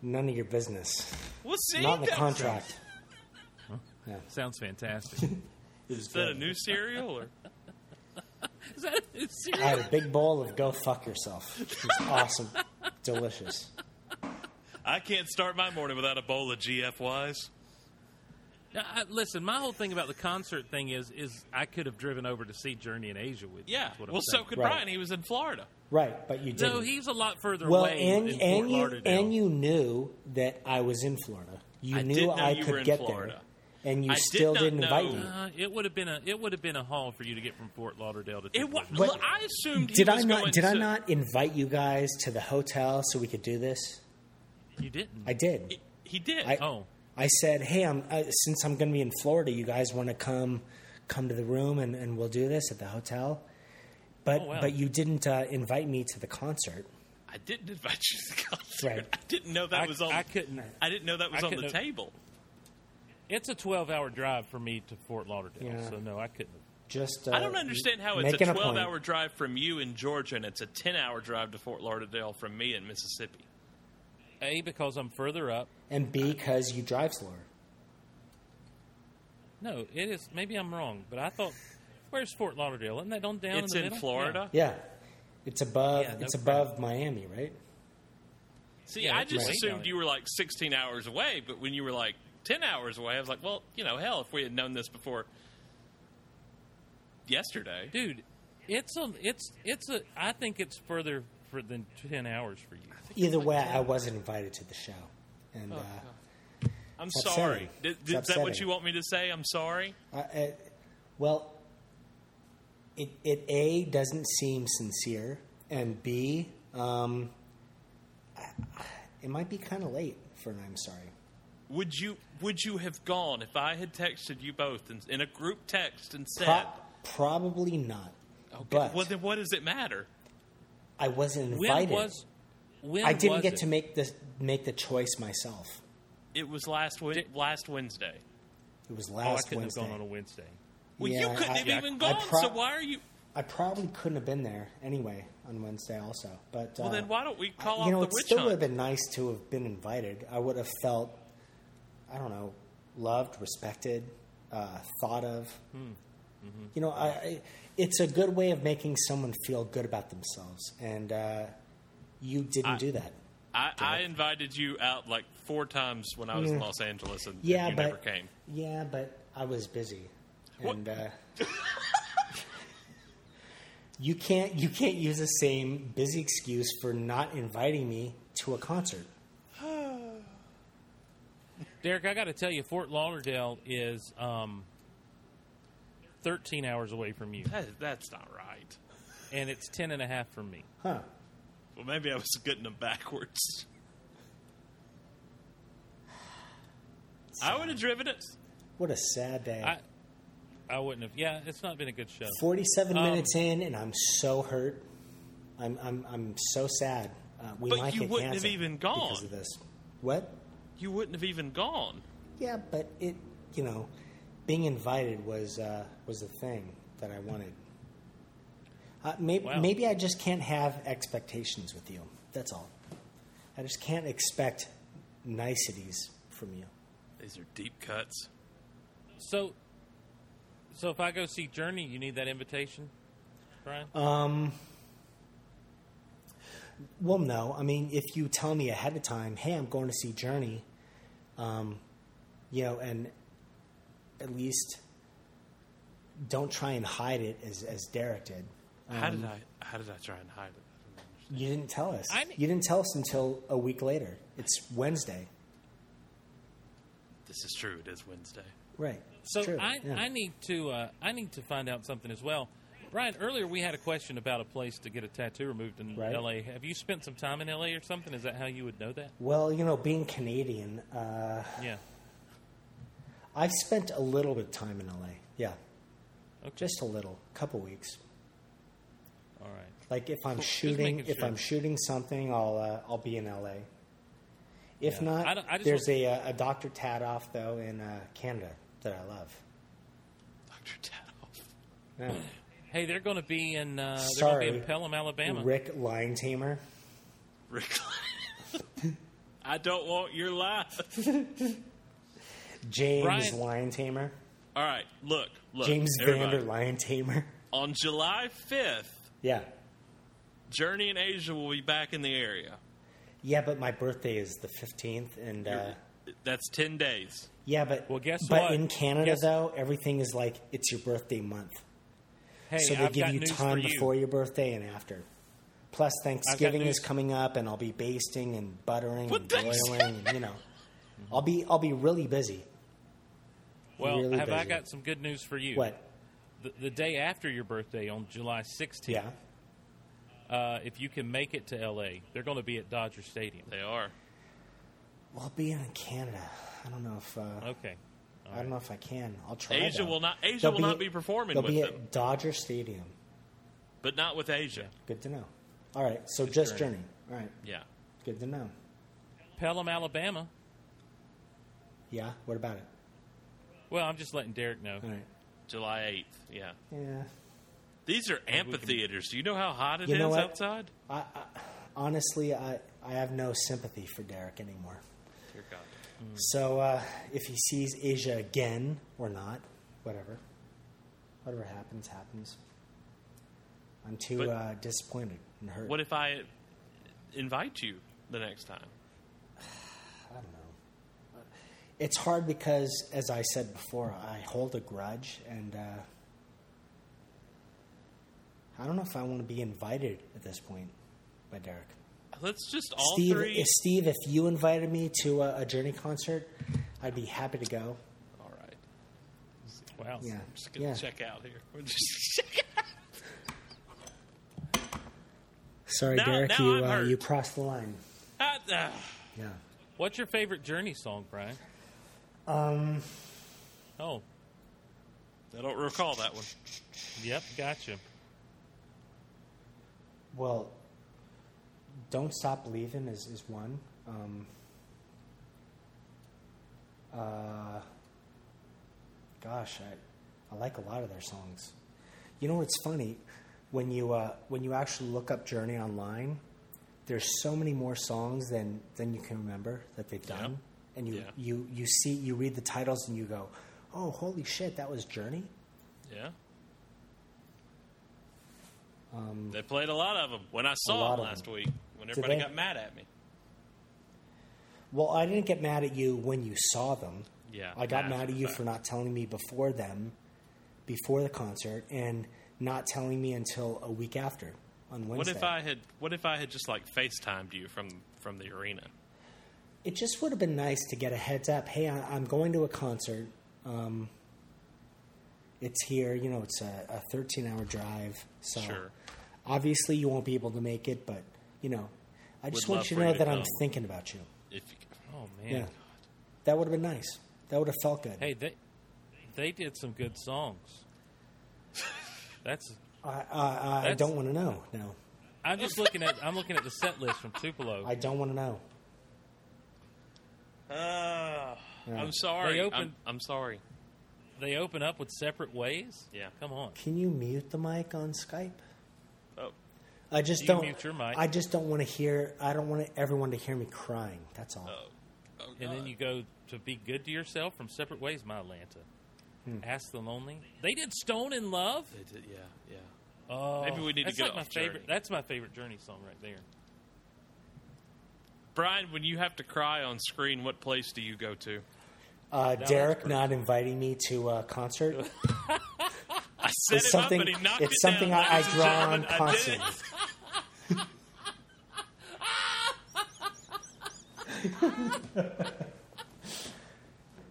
None of your business.
Well, see,
Not in the
that's-
contract.
Sounds *laughs* fantastic.
Is that a new cereal or?
Is that serious?
I had a big bowl of go fuck yourself. It was
*laughs*
awesome. Delicious.
*laughs* I can't start my morning without a bowl of GFYs.
Now, I, listen, my whole thing about the concert thing is is I could have driven over to see Journey in Asia with you.
Yeah.
is what I'm
Well, so
saying.
could
Right.
Brian. He was in Florida.
Right, but you didn't.
no, he's a lot further
well,
away
and
in Fort
and you
Lauderdale.
and you knew that I was in Florida. You
I
knew
did know
I
you
could
were in
get
Florida.
there, and you
I did
still
not
didn't invite
know-
me.
Uh, it would have been a it would have been a haul for you to get from Fort Lauderdale to.
It was,
Tampa.
look, I assumed he
Did I
was
not?
going
Did I
to-
not invite you guys to the hotel so we could do this?
you didn't.
I did.
He, he did.
I-
oh,
I said, "Hey, I'm uh, since I'm going to be in Florida, you guys want to come come to the room and, and we'll do this at the hotel." But
Oh, wow.
but you didn't uh, invite me to the concert.
I didn't invite you to the concert.
Right.
I didn't know that
I,
was on.
I couldn't.
I didn't know that was
I
on the
couldn't have-
table.
It's a twelve hour drive for me to Fort Lauderdale,
Yeah.
so no, I couldn't.
Just uh,
I don't understand how it's a
making point.
12-hour drive from you in Georgia and it's a 10-hour drive to Fort Lauderdale from me in Mississippi.
A because I'm further up.
and because you drive slower.
No, it is. Maybe I'm wrong, but I thought, where's Fort Lauderdale? Isn't that on down?
it's
in,
in,
the middle?
Florida.
Yeah, it's above.
Yeah, no
it's
crap.
above Miami, right?
See,
Yeah,
I
it's
just
way
assumed
down.
you were like 16 hours away, but when you were like 10 hours away, I was like, well, you know, hell, if we had known this before yesterday.
Yeah. dude. It's a. It's it's a. I think it's further for than ten hours for you.
Either way, I wasn't invited to the show, and
Oh,
uh,
I'm
upsetting.
sorry. Th-
It's
th- Is that what you
upsetting.
want me to say? I'm sorry.
I, I, Uh, well, it, it a doesn't seem sincere, and b um, it might be kind of late for an I'm sorry.
Would you would you have gone if I had texted you both in, in a group text and said,
Pro- probably not. But
"Well, then what does it matter?"
I wasn't
When
invited.
was when
I didn't
was
get
it?
to make the make the choice myself.
It was last wi- last Wednesday.
It was
Oh, I
last
couldn't
Wednesday.
have gone on a Wednesday.
Well, you
Yeah,
couldn't
I-
have
yeah,
even
I
gone,
pro-
so why are you?
I probably couldn't have been there anyway on Wednesday, also. But
Well,
uh,
then why don't we
I-
call
you
off
know,
the
it
witch
still
hunt?
would have been nice to have been invited. I would have felt, I don't know, loved, respected, uh, thought of.
Hmm, mm-hmm.
You know, I, I, it's a good way of making someone feel good about themselves, and uh, you didn't do that.
I, I invited you out like four times when I was in Los Angeles, and
Yeah,
you
but
never came.
Yeah, but I was busy, and uh,
*laughs*
you can't you can't use the same busy excuse for not inviting me to a concert.
Derek, I got to tell you, Fort Lauderdale is um, 13 hours away from you,
That, that's not right.
and it's 10 and a half from me.
Huh?
Well, maybe I was getting them backwards. I would have driven it.
What a sad day.
I, I wouldn't have. Yeah, it's not been a good show.
Forty-seven
Um,
minutes in, and I'm so hurt. I'm I'm I'm so sad. Uh, we
But
might
you
get
wouldn't have
canceled
even gone.
because of this. What?
You wouldn't have even gone.
Yeah, but it you know, being invited was uh, was the thing that I wanted. Uh, maybe
Wow.
maybe I just can't have expectations with you. That's all. I just can't expect niceties from you.
These are deep cuts.
So, so if I go see Journey, you need that invitation, Brian.
Uh, Well, no. I mean, if you tell me ahead of time, hey, I'm going to see Journey, um, you know, and at least don't try and hide it as, as Derek did.
How did I? How did I try and hide it?
You didn't tell us.
I'm-
you didn't tell us until a week later. It's Wednesday.
This is true. It is Wednesday.
Right. It's
so
true.
I,
yeah.
I need to uh, I need to find out something as well. Brian, earlier we had a question about a place to get a tattoo removed in
Right.
L.A. Have you spent some time in L.A. or something? Is that how you would know that?
Well, you know, being Canadian, uh,
Yeah.
I've spent a little bit of time in LA. Yeah.
Okay.
Just a little, couple weeks.
All right.
Like if I'm
just
shooting,
making
if
sure.
I'm shooting something, I'll uh, I'll be in LA. If
Yeah.
not,
I don't- I just
there's
want-
a, uh, a Dr. Tadoff though in uh, Canada that I
*clears throat*
love.
Doctor Tadoff.
Yeah.
Hey, they're going to be in uh, they're going to
Sorry,
be in Pelham, Alabama.
Rick Lion Tamer.
Rick. I don't want your life.
James
Brian-
Lion Tamer.
All right, look, look.
James
everybody.
Vander Lion Tamer.
On July fifth,
*laughs* Yeah.
Journey in Asia will be back in the area.
Yeah, but my birthday is the 15th and uh,
That's ten days.
yeah, but
Well, guess
but
what?
in Canada
Guess-
though, everything is like it's your birthday month.
Hey,
so they
I've
give
got
you
news
time
for you.
before your birthday and after. Plus, Thanksgiving is
news.
coming up, and I'll be basting and buttering
What
and
Thanksgiving?
broiling. And, you know, I'll be I'll be really busy.
Well,
really
have I
busy.
got some good news for you?
What?
The, the day after your birthday on July 16th,
Yeah.
uh, if you can make it to LA, they're going to be at Dodger Stadium.
They are.
Well, being in Canada, I don't know if uh,
Okay.
I don't know if I can. I'll try.
Asia
though.
will not. Asia
They'll
will not be performing
They'll
with
be
them,
at Dodger Stadium.
but not with Asia.
Good to know. All right. So just
Journey.
journey. All right.
Yeah.
Good to know.
Pelham, Alabama.
Yeah. What about it?
Well, I'm just letting
*laughs*
Derek know.
All right.
July eighth. Yeah.
Yeah.
These are amphitheaters. Do you know how hot it
You
is
know what?
outside?
I, I honestly, I I have no sympathy for Derek anymore.
Dear God.
So uh, if he sees Asia again or not, whatever. Whatever happens, happens. I'm too
But-
uh, disappointed and hurt.
What if I invite you the next time?
I don't know. It's hard because, as I said before, I hold a grudge, and uh, I don't know if I want to be invited at this point by Derek.
Let's just all
Steve,
three.
if Steve, if you invited me to a, a Journey concert, I'd be happy to go.
all right.
Wow.
Yeah,
I'm just gonna
yeah.
check out here. We're
*laughs*
just check out.
Sorry,
Now-
Derek,
now I'm
you uh,
hurt.
you crossed the line.
Ah,
Yeah.
What's your favorite Journey song, Brian?
Um.
Oh,
I don't recall that one.
yep, gotcha.
Well, Don't Stop Believing is, is one. Um, uh, gosh, I, I like a lot of their songs. You know what's funny? When you, uh, when you actually look up Journey online, there's so many more songs than, than you can remember that they've done. And you,
Yeah.
you, you see, you read the titles and you go, oh, holy shit, that was Journey?
Yeah. they played a lot of them when I
Um, lot
saw
of
them last
'em.
week. When everybody
they?
got mad at me.
Well, I didn't get mad at you when you saw them.
Yeah,
I got
after
mad at
the
you
fact.
for not telling me before them, before the concert, and not telling me until a week after on
What
Wednesday.
if I had? What if I had just like FaceTimed you from from the arena?
It just would have been nice to get a heads up. Hey, I, I'm going to a concert. Um, it's here. You know, it's a, a 13 hour drive. So
Sure.
obviously you won't be able to make it, but you know, I just
Would
want
love
you
for
to know
you to
that I'm
come.
thinking about you.
If you,
Oh man.
Yeah. That would have been nice. That would have felt good.
Hey, they they did some
*laughs*
good songs. That's
I, I, I
That's-
don't want to know. No,
I'm just looking at I'm looking at the set list from Tupelo.
I don't want to know.
Ah.
I'm sorry.
They
I'm-
opened-
I'm, sorry.
they open up with separate ways.
Yeah.
come on.
Can you mute the mic on Skype?
Oh,
I just
You
don't.
mute your mic.
I just don't want to hear. I don't want everyone to hear me crying. That's all.
oh
And then you go to be good to yourself from separate ways. My Atlanta,
Hmm.
ask the lonely. They did Stone in Love.
They did- yeah, yeah.
Oh,
Maybe we need to
that's
get
like my
off Journey.
favorite. That's my favorite Journey song right there.
Brian, when you have to cry on screen, what place do you go to?
uh, Derek not inviting me to a concert.
*laughs* I set
It's
him
something.
up, but he knocked
It's
it
something
down.
I, I
Ladies and
draw on
gentlemen, I did it.
constantly. *laughs*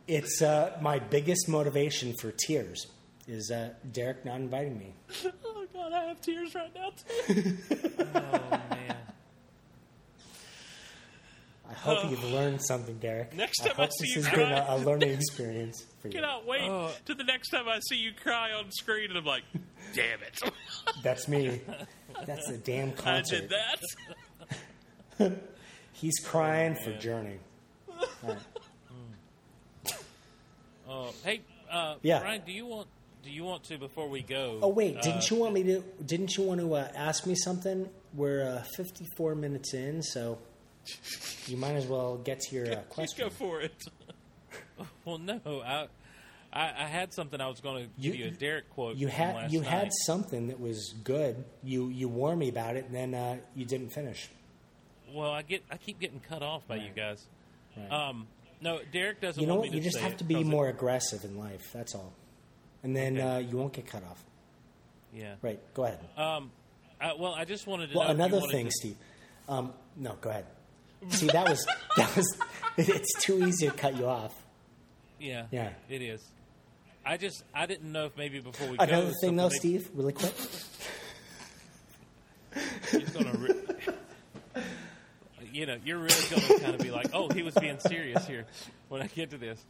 it's uh, my biggest motivation for tears. Is uh, Derek not inviting me?
Oh god, I have tears right now. Too.
Man,
I hope you've learned something, Derek.
Oh. Next
I
time I
hope
see
this
you
has been a,
cry.
a
*laughs*
learning experience for you.
Cannot wait
Oh.
to the next time I see you cry on screen, and I'm
*laughs*
like, damn it,
That's me. That's a
*laughs*
damn
I *laughs*
concert.
did that.
He's crying for Journey.
*laughs* oh, hey, uh,
Yeah.
Brian, do you want do you want to before we go? uh,
Oh wait,
*laughs*
didn't you want me to? Didn't you want to uh, ask me something? We're uh, 54 minutes in, so you might as well get to your uh,
Let's
question.
go for it.
*laughs* Well, no, I I, I had something I was going to give
You-
you, a Derek quote.
You
from
had
last
you
night.
had something that was good. You you warned me about it, and then uh, you didn't finish.
Well, I get I keep getting cut off by you guys.
Right.
Um, no, Derek doesn't.
you know
want
what?
me
You just
say
have
it
to be
'cause it-
more aggressive in life. That's all, and then uh, you won't get cut off.
yeah.
Right? Go ahead.
Um, I, well, I just wanted to.
Well,
know if you
another
wanted
thing,
to-
Steve. Um, no, go ahead. See, that was that was. *laughs* It's too easy to cut you off.
Yeah,
Yeah.
it is. I just I didn't know if maybe before we go,
Another
something
thing, though,
maybe-
Steve, really quick.
He's gonna re- *laughs* you know, you're really going to kind of be like, oh, he was being serious here when I get to this.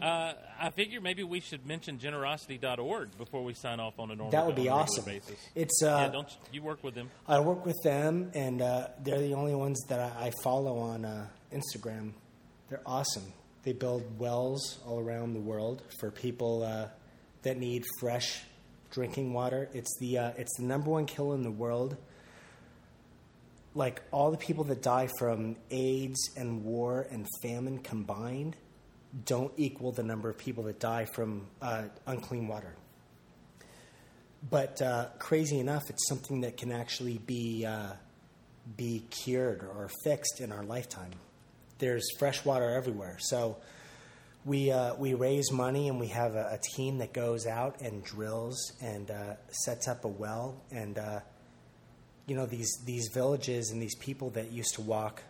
Uh, I figure maybe we should mention generosity.org before we sign off on a normal
That would be
on a regular
awesome.
Basis.
It's uh,
yeah, don't you, you work with them?
I work with them, and uh, they're the only ones that I, I follow on uh, Instagram. They're awesome. They build wells all around the world for people uh, that need fresh drinking water. It's the uh, it's the number one killer in the world. Like all the people that die from AIDS and war and famine combined, don't equal the number of people that die from uh, unclean water but uh, crazy enough, it's something that can actually be uh, be cured or fixed in our lifetime. There's fresh water everywhere, so we uh, we raise money and we have a, a team that goes out and drills and uh, sets up a well and uh, you know these these villages and these people that used to walk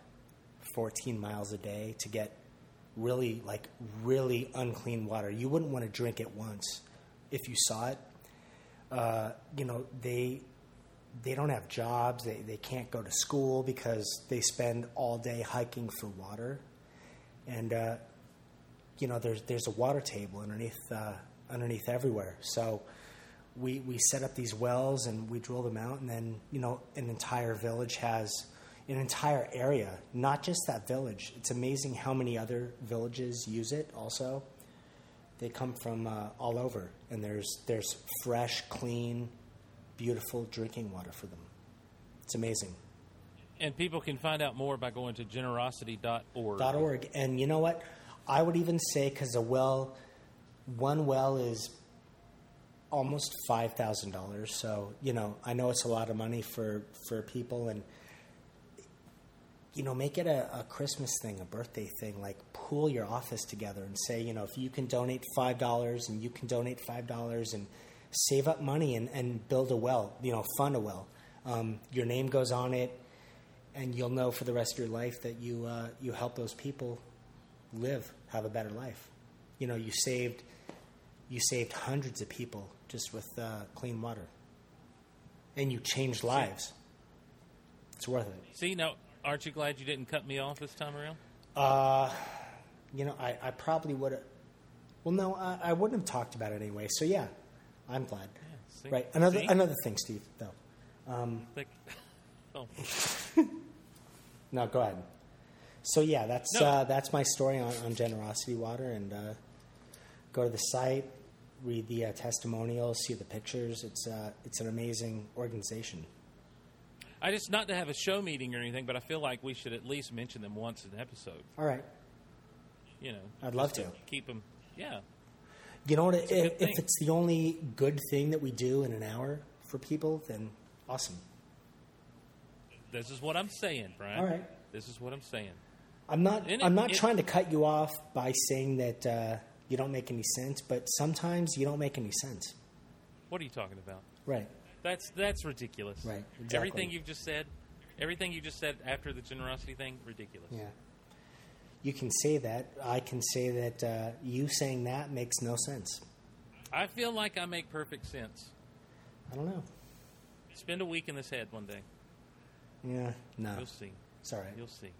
14 miles a day to get really like really unclean water. You wouldn't want to drink it once if you saw it uh, you know they they don't have jobs they, they can't go to school because they spend all day hiking for water and uh, you know there's there's a water table underneath uh, underneath everywhere so we we set up these wells and we drill them out and then you know an entire village has an entire area, not just that village. It's amazing how many other villages use it also. They come from uh, all over, and there's, there's fresh, clean, beautiful drinking water for them. It's amazing.
And people can find out more by going to generosity.org.
dot org. And you know what? I would even say because a well, one well is almost five thousand dollars. So you know, I know it's a lot of money for for people, and you know, make it a, a Christmas thing, a birthday thing. Like pool your office together and say, you know, if you can donate five dollars and you can donate five dollars and save up money and, and build a well, you know, fund a well. Um, your name goes on it and you'll know for the rest of your life that you uh, you help those people live, have a better life. You know, you saved you saved hundreds of people just with uh, clean water, and you changed lives. It's worth it.
See, now, aren't you glad you didn't cut me off this time around?
You know, I, I probably would have. Well, no, I, I wouldn't have talked about it anyway. So yeah, I'm glad.
see?
right. Another
See?
another thing, Steve. Though.
Like, *laughs* oh,
No, go ahead. So yeah, that's
No.
uh, that's my story on, on generosity water, and uh, go to the site, read the uh, testimonials, see the pictures. It's uh, it's an amazing organization.
I just not to have a show meeting or anything, but I feel like we should at least mention them once an episode.
All right,
You know,
I'd love to.
keep them. Yeah,
You know what? If,
good
if
thing.
it's the only good thing that we do in an hour for people, then awesome.
this is what I'm saying, Brian.
All right.
This is what I'm saying.
I'm not.
And it-
I'm not
it-
trying to cut you off by saying that uh, you don't make any sense, but sometimes you don't make any sense.
What are you talking about?
Right.
That's that's ridiculous.
Right, exactly.
Everything you've just said, everything you just said after the generosity thing, ridiculous.
Yeah. You can say that. I can say that uh, you saying that makes no sense.
I feel like I make perfect sense.
I don't know.
Spend a week in this head one day.
Yeah. No.
You'll see.
It's all right.
You'll see.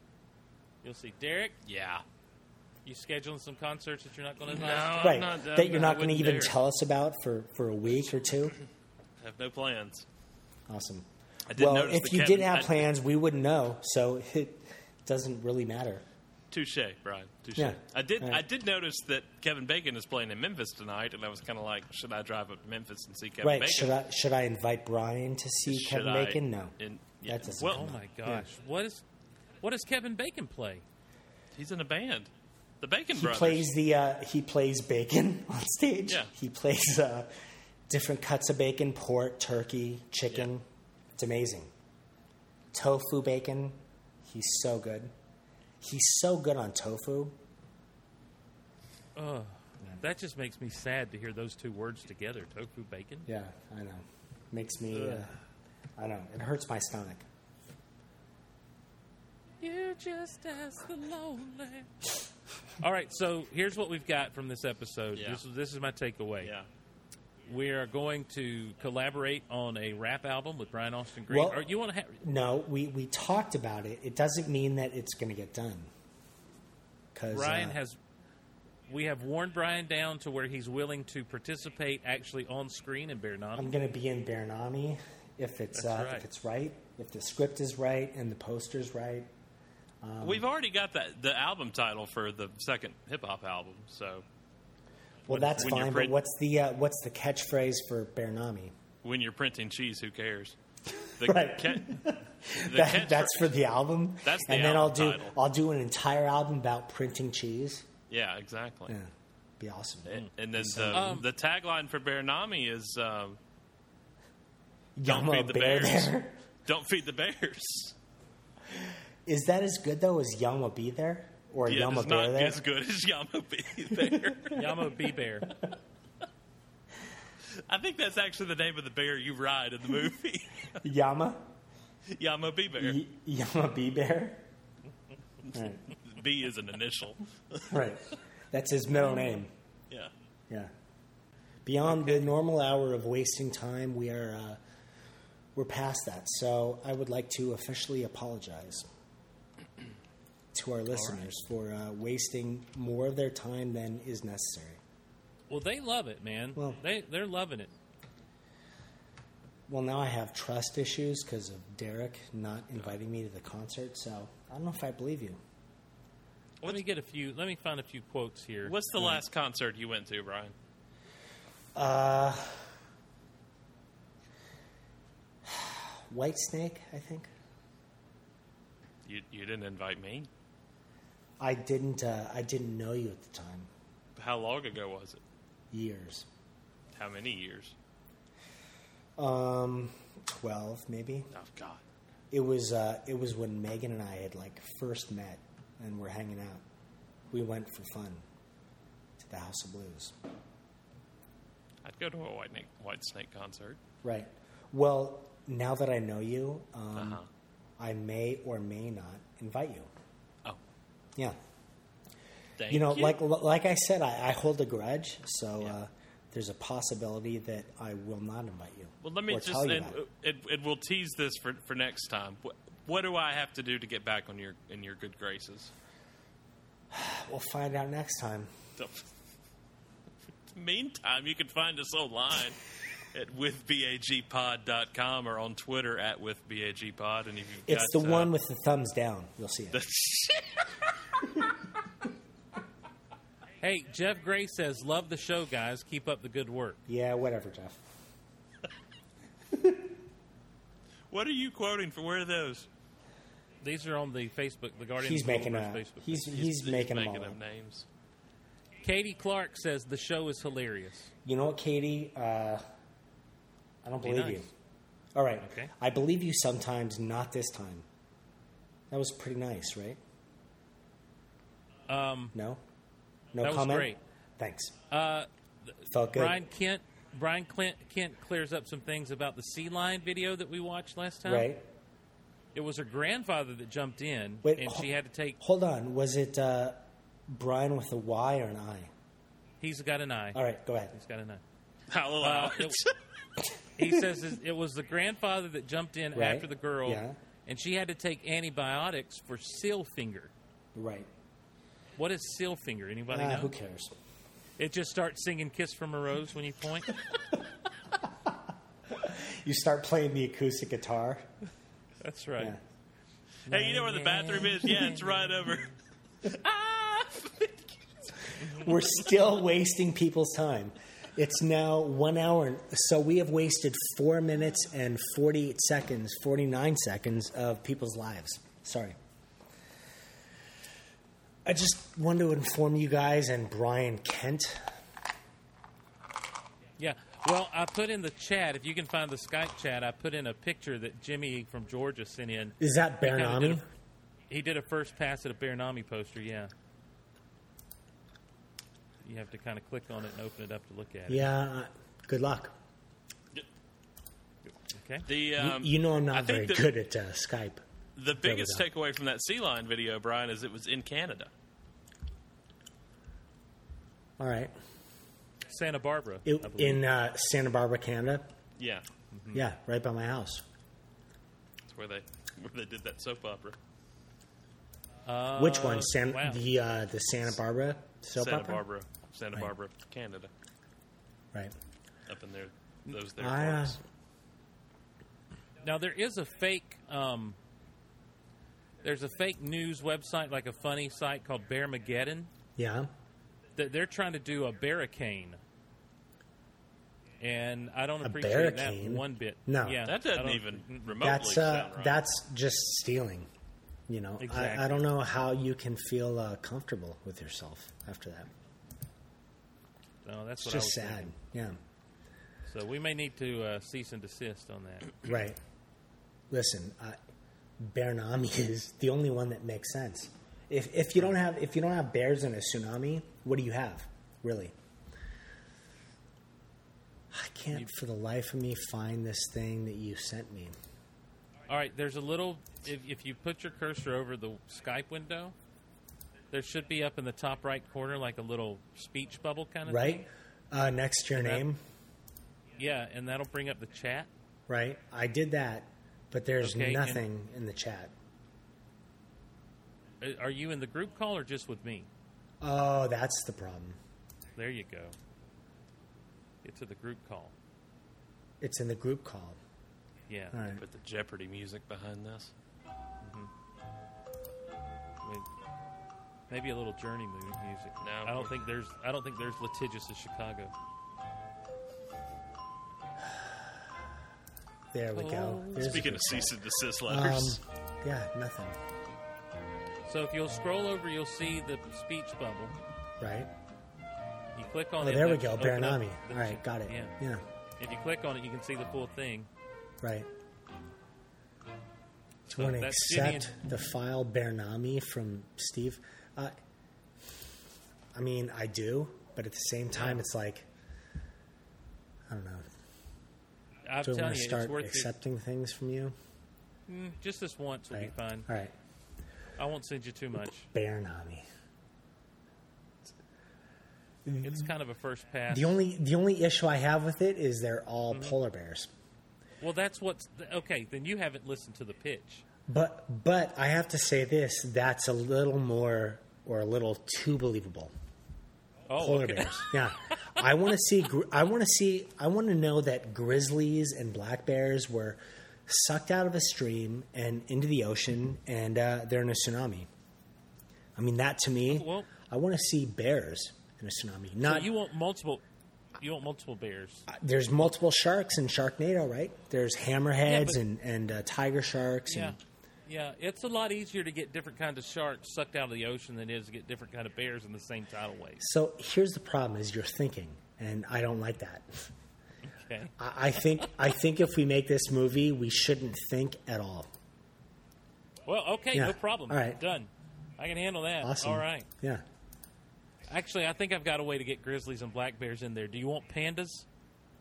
You'll see. Derek,
Yeah.
you scheduling some concerts that you're not going to
No.
Right.
not- I'm
that you're
not- I
not going to
wouldn't
even
dare.
tell us about for, for a week
*clears throat*
or two.
Have no plans.
Awesome.
I did
Well,
notice
if
that
you
Kevin
did have
had-
plans, we wouldn't know. So *laughs* it doesn't really matter.
Touche, Brian. Touche.
Yeah.
I did.
All right.
I did notice that Kevin Bacon is playing in Memphis tonight, and I was kind of like, should I drive up to Memphis and see Kevin
right?
Bacon?
Should I should I invite Brian to see
Should
Kevin
I-
Bacon? No.
in- yeah.
that doesn't.
Well,
Oh
come up.
my gosh. What is what does Kevin Bacon play?
He's in a band, the Bacon
He
Brothers.
plays the uh, he plays bacon *laughs* on stage.
Yeah.
He plays uh, different cuts of bacon: pork, turkey, chicken. It's amazing. Tofu bacon. He's so good. He's so good on tofu.
Ugh. That just makes me sad to hear those two words together, tofu bacon.
Yeah, I know. Makes me. Uh, I know. It hurts my stomach.
You're just as the lonely. All right, so here's what we've got from this episode.
Yeah.
This, this is my takeaway.
Yeah.
We are going to collaborate on a rap album with Brian Austin Green.
Well-
or you want to have?
No, we we talked about it. It doesn't mean that it's going to get done. uh, Because
Brian has. We have worn Brian down to where he's willing to participate actually on screen in Bear Nom.
I'm going to be in Baranami if it's
That's
uh,
right.
if it's right, if the script is right and the poster's right.
We've already got that the album title for the second hip hop album, so
Well, that's
when you're
fine.
print-
but what's the uh, what's the catchphrase for Baranami?
when you're printing cheese, who cares? The
Right. *laughs*
ca- the
That,
catch-
that's for the album.
That's the
and then
album
I'll do
title.
I'll do an entire album about printing cheese.
yeah, exactly.
Yeah, be awesome.
And, and then the,
Um,
the tagline for Bear Nami is um,
Yum,
feed
a
the
bear *laughs*
bears.
there.
"Don't feed the bears."
Is that as good though as Yama be there or
Yeah,
Yama
it's
bear
not
there?
as good as Yama Be there.
Yamo B Bear.
I think that's actually the name of the bear you ride in *laughs* the movie.
*laughs*
*laughs*
Yama
Yama Bee Bear.
y- Yama be bear. *laughs* right.
B is an initial.
right, that's his middle name.
Yeah.
Yeah. Beyond the normal hour of wasting time, we are uh, we're past that. So I would like to officially apologize to our listeners for uh, wasting more of their time than is necessary.
Well, they love it, man.
Well-
they they're loving it.
well, now I have trust issues because of Derek not inviting me to the concert. So I don't know if I believe you.
Let me get a few. Let me find a few quotes here.
What's the last concert you went to, Brian?
*sighs* Uh, White Snake, I think.
You, you didn't invite me.
I didn't. Uh, I didn't know you at the time.
How long ago was it?
Years.
How many years?
Um, twelve maybe.
Oh God.
It was uh, it was when Megan and I had like first met and were hanging out. We went for fun to the House of Blues.
I'd go to a White Snake, White Snake concert.
Right. Well, now that I know you, um,
Uh-huh.
I may or may not invite you.
Oh,
Yeah.
thank
you know, like like I said, I, I hold a grudge, so
Yeah.
uh, there's a possibility that I will not invite you.
Well, let me
or
just uh,
tell you
and,
that.
and, and we'll tease this for, for next time. What, what do I have to do to get back on your in your good graces?
We'll find out next time.
*laughs* Meantime, you can find us
*laughs*
online at withbagpod.com or on Twitter at withbagpod. And if you've
It's the
got, uh,
one with the thumbs down. You'll see it.
Hey, Jeff Gray says, "Love the show, guys. Keep up the good work."
Yeah, whatever, Jeff.
what are you quoting for? Where are those?
These are on the Facebook, the Guardians.
He's
of the
making
Universe
a
Facebook.
he's
page.
he's, making, them all. up.
them names.
Katie Clark says the show is hilarious.
You know what, Katie? Uh, I don't believe
nice.
you. All right.
Okay.
I believe you sometimes, not this time. That was pretty nice, right?
Um,
No? No
That was
comment?
great.
Thanks.
uh,
Felt good.
Brian Kent, Brian Clint, Kent clears up some things about the sea lion video that we watched last time.
right?
It was her grandfather that jumped in,
Wait,
and
ho-
she had to take.
Hold on. Was it uh, Brian with a Y or an I?
He's got an eye.
All right, go ahead.
He's got an eye.
I'll allow
Uh,
it.
it- he says it- it was the grandfather that jumped in
Right.
after the girl,
Yeah.
and she had to take antibiotics for seal finger.
Right.
What is seal finger? Anybody
Ah,
know?
who cares?
It just starts singing "Kiss from a Rose" when you point.
*laughs* You start playing the acoustic guitar.
That's right.
Yeah.
*laughs* hey, you know where the bathroom is? Yeah, it's right
*laughs*
over.
We're still wasting people's time. It's now one hour, and so we have wasted four minutes and 48 seconds, 49 seconds of people's lives. Sorry. I just wanted to inform you guys and Brian Kent.
Yeah. Well, I put in the chat. If you can find the Skype chat, I put in a picture that Jimmy from Georgia sent in.
Is that
He kinda did
Baranami?
a- He did a first pass at a Baranami poster. Yeah. You have to kind of click on it and open it up to look at it.
Yeah. uh, Good luck.
Okay.
The um,
you know I'm
I
not
think
very
the-
good at uh, Skype.
The biggest
down.
takeaway from that sea lion video, Brian, is it was in Canada.
All right.
Santa Barbara.
It-
I believe.
in uh, Santa Barbara, Canada.
Yeah, Hmm.
Yeah, right by my house.
that's where they where they did that soap opera.
Uh,
Which one? San-
wow.
The uh, the Santa Barbara soap
Santa
opera?
Barbara, Santa
Right.
Barbara, Canada,
Right.
up in there, those there.
I, uh,
parts.
Now there is a fake. Um, there's a fake news website, like a funny site called Bearmageddon.
Yeah.
That they're trying to do a barricane, and I don't
A
appreciate that
barricane?
one bit.
No.
yeah,
that
I
doesn't
don't-
even remotely
That's uh,
sound right.
that's just stealing. You know, I, I
Exactly.
don't know how you can feel uh, comfortable with yourself after that.
No, that's
It's
what
just
I was
sad.
Thinking. So we may need to uh, cease and desist on that.
Yeah. Right. Listen, uh, Bernami *laughs* is the only one that makes sense. If if you don't have if you don't have bears in a tsunami, what do you have really? I can't for the life of me find this thing that you sent me.
All right, there's a little. If, if you put your cursor over the Skype window, there should be up in the top right corner like a little speech bubble kind of thing.
Right? Uh, next to your
that-
name.
Yeah, and that'll bring up the chat.
Right? I did that, but there's
Okay, and-
nothing in the chat.
Uh, Are- Are you in the group call or just with me?
Oh, that's the problem.
There you go. Get to the group call.
It's in the group call.
Yeah.
All right.
Put the Jeopardy music behind this.
I mean, maybe a little Journey mu- music.
No.
I don't think there's. I don't think there's litigious as Chicago.
There we go.
Oh.
There's a
Speaking
good
of
shot.
cease and desist
Um,
letters,
yeah, nothing.
So if you'll scroll over, you'll see the speech bubble.
Right.
You click on
Oh,
it.
there we
that
go.
should open up
Baranami.
the-
All right, got it.
Yeah.
Yeah.
If you click on it, you can see the full thing.
Right.
So
Do you want to
that's Jimmy
accept the file Bernami from Steve? Uh, I mean, I do, but at the same time, it's like, I don't know.
and- I'm
Do I
telling
want to
you, it's
start
worth
accepting things from you?
it. Just this once will
Right. Mm-hmm.
be fine.
All right.
I won't send you too much.
Bernami.
It's kind of a first pass.
The only the only issue I have with it is they're all
Mm-hmm.
polar bears.
well, that's what's th- okay. Then you haven't listened to the pitch.
But but I have to say this, that's a little more or a little too believable.
Oh,
polar
okay. *laughs*
bears. Yeah, I want to see. gri- I want to see. I want to know that grizzlies and black bears were sucked out of a stream and into the ocean, and uh, they're in a tsunami. I mean, that to me,
Well-
I want to see bears in a tsunami. Not
But Uh, you want multiple. You want multiple bears.
there's multiple sharks in Sharknado, right? There's hammerheads
but-
and and uh, tiger sharks.
Yeah.
And,
Yeah, it's a lot easier to get different kind of sharks sucked out of the ocean than it is to get different kind of bears in the same tidal wave.
so here's the problem: is you're thinking, and I don't like that.
Okay.
I I think I think if we make this movie, we shouldn't think at all.
Well, okay,
Yeah.
no problem.
All right.
Done. I can handle that.
Awesome.
All right.
Yeah.
Actually, I think I've got a way to get grizzlies and black bears in there. Do you want pandas?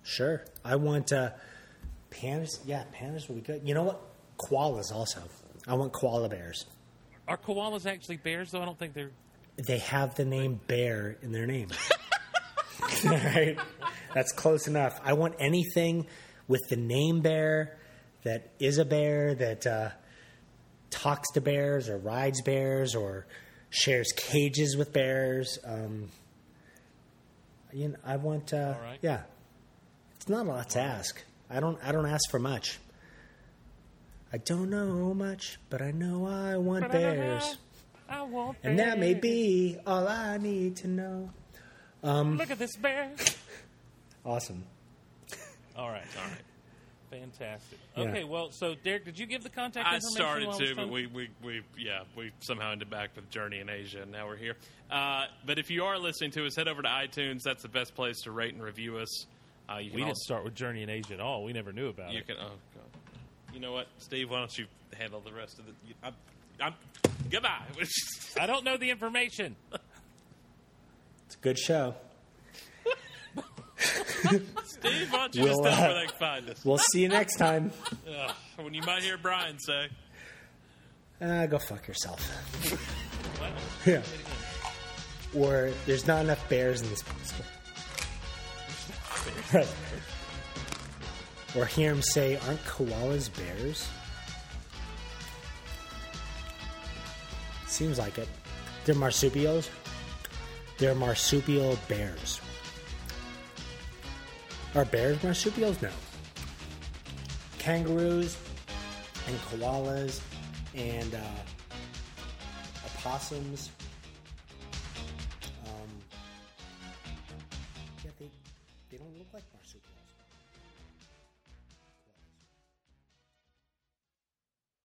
Sure. I want uh, pandas. Yeah, pandas would be good. You know what? Koalas also. I want koala bears.
Are koalas actually bears, though? I don't think they're.
They have the name bear in their name. *laughs* All right. That's close enough. I want anything with the name bear that is a bear that uh, talks to bears or rides bears or shares cages with bears. Um, you know, I want. Uh,
All right.
Yeah. It's not a lot to ask. I don't. I don't ask for much. I don't know much, but I know I want bears.
I want
And that may
bears.
be all I need to know.
Look at this bear.
Awesome.
All right. All right. Fantastic.
Yeah.
Okay, well, so Derek, did you give the contact
I
information?
started
while I was
to, but
talking?
we, we, we, yeah, we somehow ended back with Journey in Asia, and now we're here. Uh, but if you are listening to us, head over to iTunes. That's the best place to rate and review us. Uh, you can
We didn't
also,
start with Journey in Asia at all. We never knew about
you
it.
can, oh, God. You know what, Steve? Why don't you handle the rest of the? you- I'm, I'm, goodbye. *laughs*
I don't know the information.
It's a good show.
Steve, why don't you just
We'll,
tell
uh,
where they can find us?
We'll see you next time.
When you might hear Brian say,
Uh, go fuck yourself. *laughs* yeah. Or there's not enough bears in this pasta. *laughs* Right. Or hear him say, aren't koalas bears? Seems like it. They're marsupials. They're marsupial bears. Are bears marsupials? No. Kangaroos, and koalas and uh, opossums. Um, yeah, they, they don't look like marsupials.